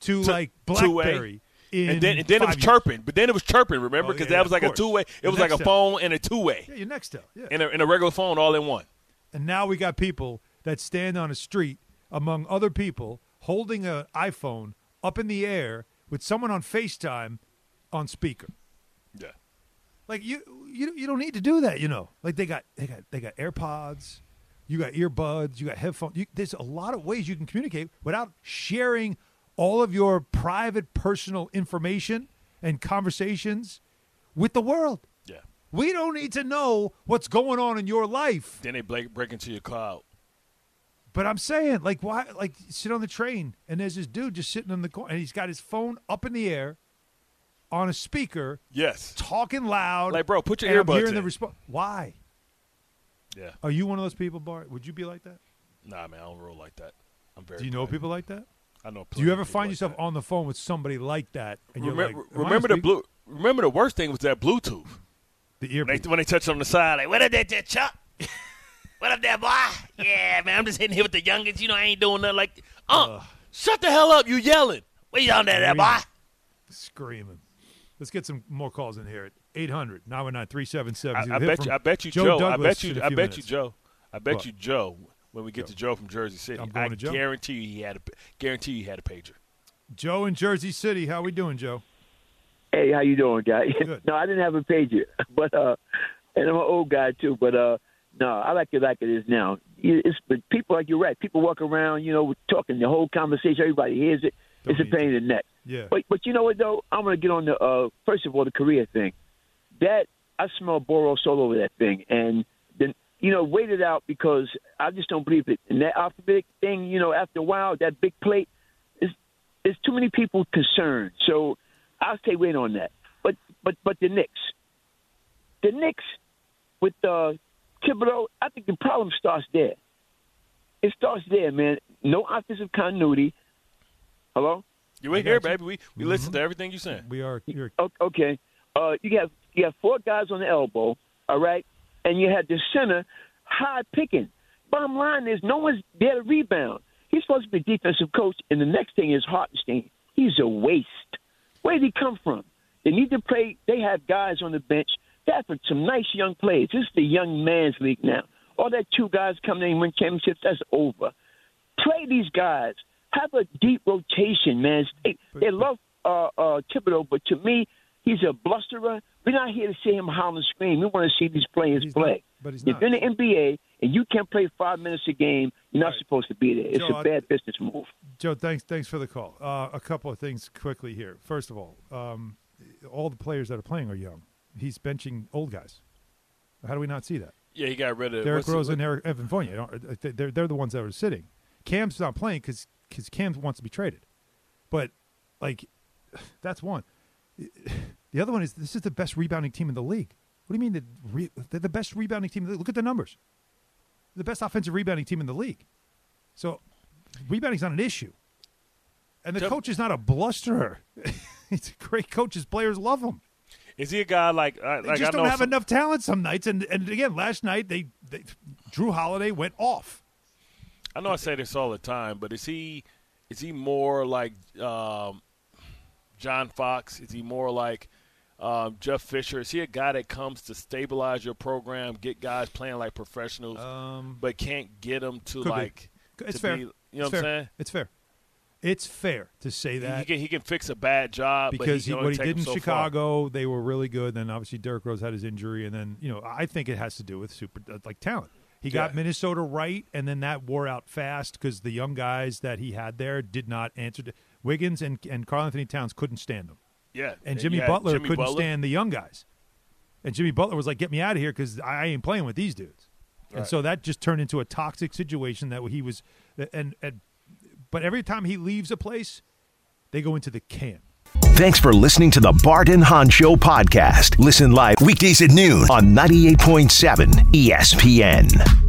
Speaker 2: to,
Speaker 3: To-
Speaker 2: like
Speaker 3: two-way.
Speaker 2: BlackBerry. In
Speaker 3: and then and then it
Speaker 2: five
Speaker 3: was
Speaker 2: years.
Speaker 3: chirping, but then it was chirping. Remember,
Speaker 2: Oh, yeah,
Speaker 3: because
Speaker 2: yeah,
Speaker 3: that was
Speaker 2: of
Speaker 3: like a
Speaker 2: course.
Speaker 3: two way. It
Speaker 2: The
Speaker 3: was like a
Speaker 2: next
Speaker 3: phone and a two way,
Speaker 2: Yeah, your next up. Yeah.
Speaker 3: and, a, and a regular phone all in one.
Speaker 2: And now we got people that stand on a street among other people holding an iPhone up in the air with someone on FaceTime on speaker.
Speaker 3: Yeah.
Speaker 2: Like you, you, you don't need to do that. You know, like they got, they got, they got AirPods. You got earbuds. You got headphones. You, there's a lot of ways you can communicate without sharing all of your private, personal information and conversations with the world.
Speaker 3: Yeah.
Speaker 2: We don't need to know what's going on in your life.
Speaker 3: Then they break, break into your cloud.
Speaker 2: But I'm saying, like, why? Like, sit on the train, and there's this dude just sitting in the corner, and he's got his phone up in the air, on a speaker,
Speaker 3: Yes.
Speaker 2: talking loud.
Speaker 3: Like, bro, put your
Speaker 2: and I'm
Speaker 3: earbuds
Speaker 2: hearing the
Speaker 3: in.
Speaker 2: response. Why?
Speaker 3: Yeah.
Speaker 2: Are you one of those people, Bart? Would you be like that?
Speaker 3: Nah, man, I don't roll like that. I'm very.
Speaker 2: Do you know
Speaker 3: private.
Speaker 2: people like that?
Speaker 3: I know.
Speaker 2: Do you ever find yourself on the phone with somebody like that? And you're
Speaker 3: Remember,
Speaker 2: like, "Am I
Speaker 3: remember the
Speaker 2: speak-"
Speaker 3: blue. Remember the worst thing was that Bluetooth.
Speaker 2: The ear.
Speaker 3: When they, when they touched on the side, like what up there, there, Chuck? what up there, boy? Yeah, man, I'm just hitting here with the youngins. You know, I ain't doing nothing like. Uh, shut the hell up! You yelling? What you on there, there, boy?
Speaker 2: screaming. Let's get some more calls in here. 800 919
Speaker 3: I,
Speaker 2: 3777.
Speaker 3: I bet you. I bet you, Joe. I bet you. I bet you, Joe. I bet
Speaker 2: What?
Speaker 3: you, Joe. When we get to Joe from Jersey City,
Speaker 2: I'm going
Speaker 3: I
Speaker 2: to Joe.
Speaker 3: guarantee you he had a guarantee you he had a pager.
Speaker 2: Joe in Jersey City. How we doing, Joe?
Speaker 11: Hey, how you doing, guy? (laughs) no, I didn't have a pager, (laughs) but uh, and I'm an old guy too. But uh, no, I like it like it is now. You- It's but people like you're right. People walk around, you know, talking the whole conversation. Everybody hears it. it's a pain in the neck.
Speaker 2: Yeah.
Speaker 11: But but you know what though? I'm gonna get on the uh, first of all the Korea thing. That I smell boros all over that thing, and then you know wait it out because I just don't believe it. And that alphabetic thing, you know, after a while, that big plate is there's too many people concerned. So I'll stay waiting on that. But but but the Knicks, the Knicks with uh, Thibodeau, I think the problem starts there. It starts there, man. No offensive continuity. Hello.
Speaker 3: You in here, baby? We we listen to everything you saying.
Speaker 2: Mm-hmm. We are. You're,
Speaker 11: O- Okay. Uh, you have you have four guys on the elbow, all right, and you had the center high picking. Bottom line is, no one's there to rebound. He's supposed to be a defensive coach, and the next thing is Hartenstein. He's a waste. Where did he come from? They need to play. They have guys on the bench. That's for some nice young plays. This is the young man's league now. All that two guys coming in and win championships, that's over play these guys. Have a deep rotation, man. They, they love uh, uh, Thibodeau, but to me, he's a blusterer. We're not here to see him holler and scream. We want to see these players play.
Speaker 2: but he's
Speaker 11: if you're in the NBA and you can't play five minutes a game, you're not supposed to be there. It's
Speaker 2: Joe, I-
Speaker 11: a bad business move.
Speaker 2: Joe, thanks thanks for the call. Uh, a couple of things quickly here. First of all, um, all the players that are playing are young. He's benching old guys. How do we not see that?
Speaker 3: Yeah, he got rid of
Speaker 2: Derrick
Speaker 3: uh, what's-
Speaker 2: Rose and Eric Evan Fournier. don't- uh, They're, they're the ones that are sitting. Cam's not playing because Cam wants to be traded. But, like, (sighs) that's one. (sighs) The other one is this is the best rebounding team in the league. What do you mean the re- they're the best rebounding team? in the league? Look at the numbers. The best offensive rebounding team in the league. So rebounding's not an issue. And the coach is not a blusterer. (laughs) He's a great coach. His players love him.
Speaker 3: Is he a guy like I,
Speaker 2: They
Speaker 3: like
Speaker 2: just
Speaker 3: I know
Speaker 2: don't have
Speaker 3: some-
Speaker 2: enough talent some nights. And and again, last night they, they Drew Holiday went off.
Speaker 3: I know I say this all the time, but is he is he more like um, John Fox? Is he more like um, Jeff Fisher? Is he a guy that comes to stabilize your program, get guys playing like professionals, but can't get them to
Speaker 2: Um, Could be.
Speaker 3: like
Speaker 2: It's
Speaker 3: to
Speaker 2: fair.
Speaker 3: be- you
Speaker 2: It's
Speaker 3: know what
Speaker 2: fair.
Speaker 3: I'm saying?
Speaker 2: It's fair. It's fair to say
Speaker 3: He
Speaker 2: that
Speaker 3: can, he can fix a bad job but
Speaker 2: because
Speaker 3: he
Speaker 2: he,
Speaker 3: can only
Speaker 2: what he
Speaker 3: take
Speaker 2: did
Speaker 3: him
Speaker 2: in
Speaker 3: so far.
Speaker 2: Chicago, they were really good. Then obviously Derrick Rose had his injury, and then you know I think it has to do with super uh, like talent. He got
Speaker 3: Yeah.
Speaker 2: Minnesota right, and then that wore out fast because the young guys that he had there did not answer. To, Wiggins and and Carl Anthony Towns couldn't stand them.
Speaker 3: Yeah,
Speaker 2: and
Speaker 3: you
Speaker 2: Jimmy
Speaker 3: had
Speaker 2: Butler
Speaker 3: Jimmy
Speaker 2: couldn't
Speaker 3: Butler.
Speaker 2: stand the young guys. And Jimmy Butler was like, "Get me out of here because I ain't playing with these dudes." And
Speaker 3: Right.
Speaker 2: so that just turned into a toxic situation that he was. And, and but every time he leaves a place, they go into the can.
Speaker 1: Thanks for listening to the Bart and Han Show E podcast. Listen live weekdays at noon on 98.7 ESPN.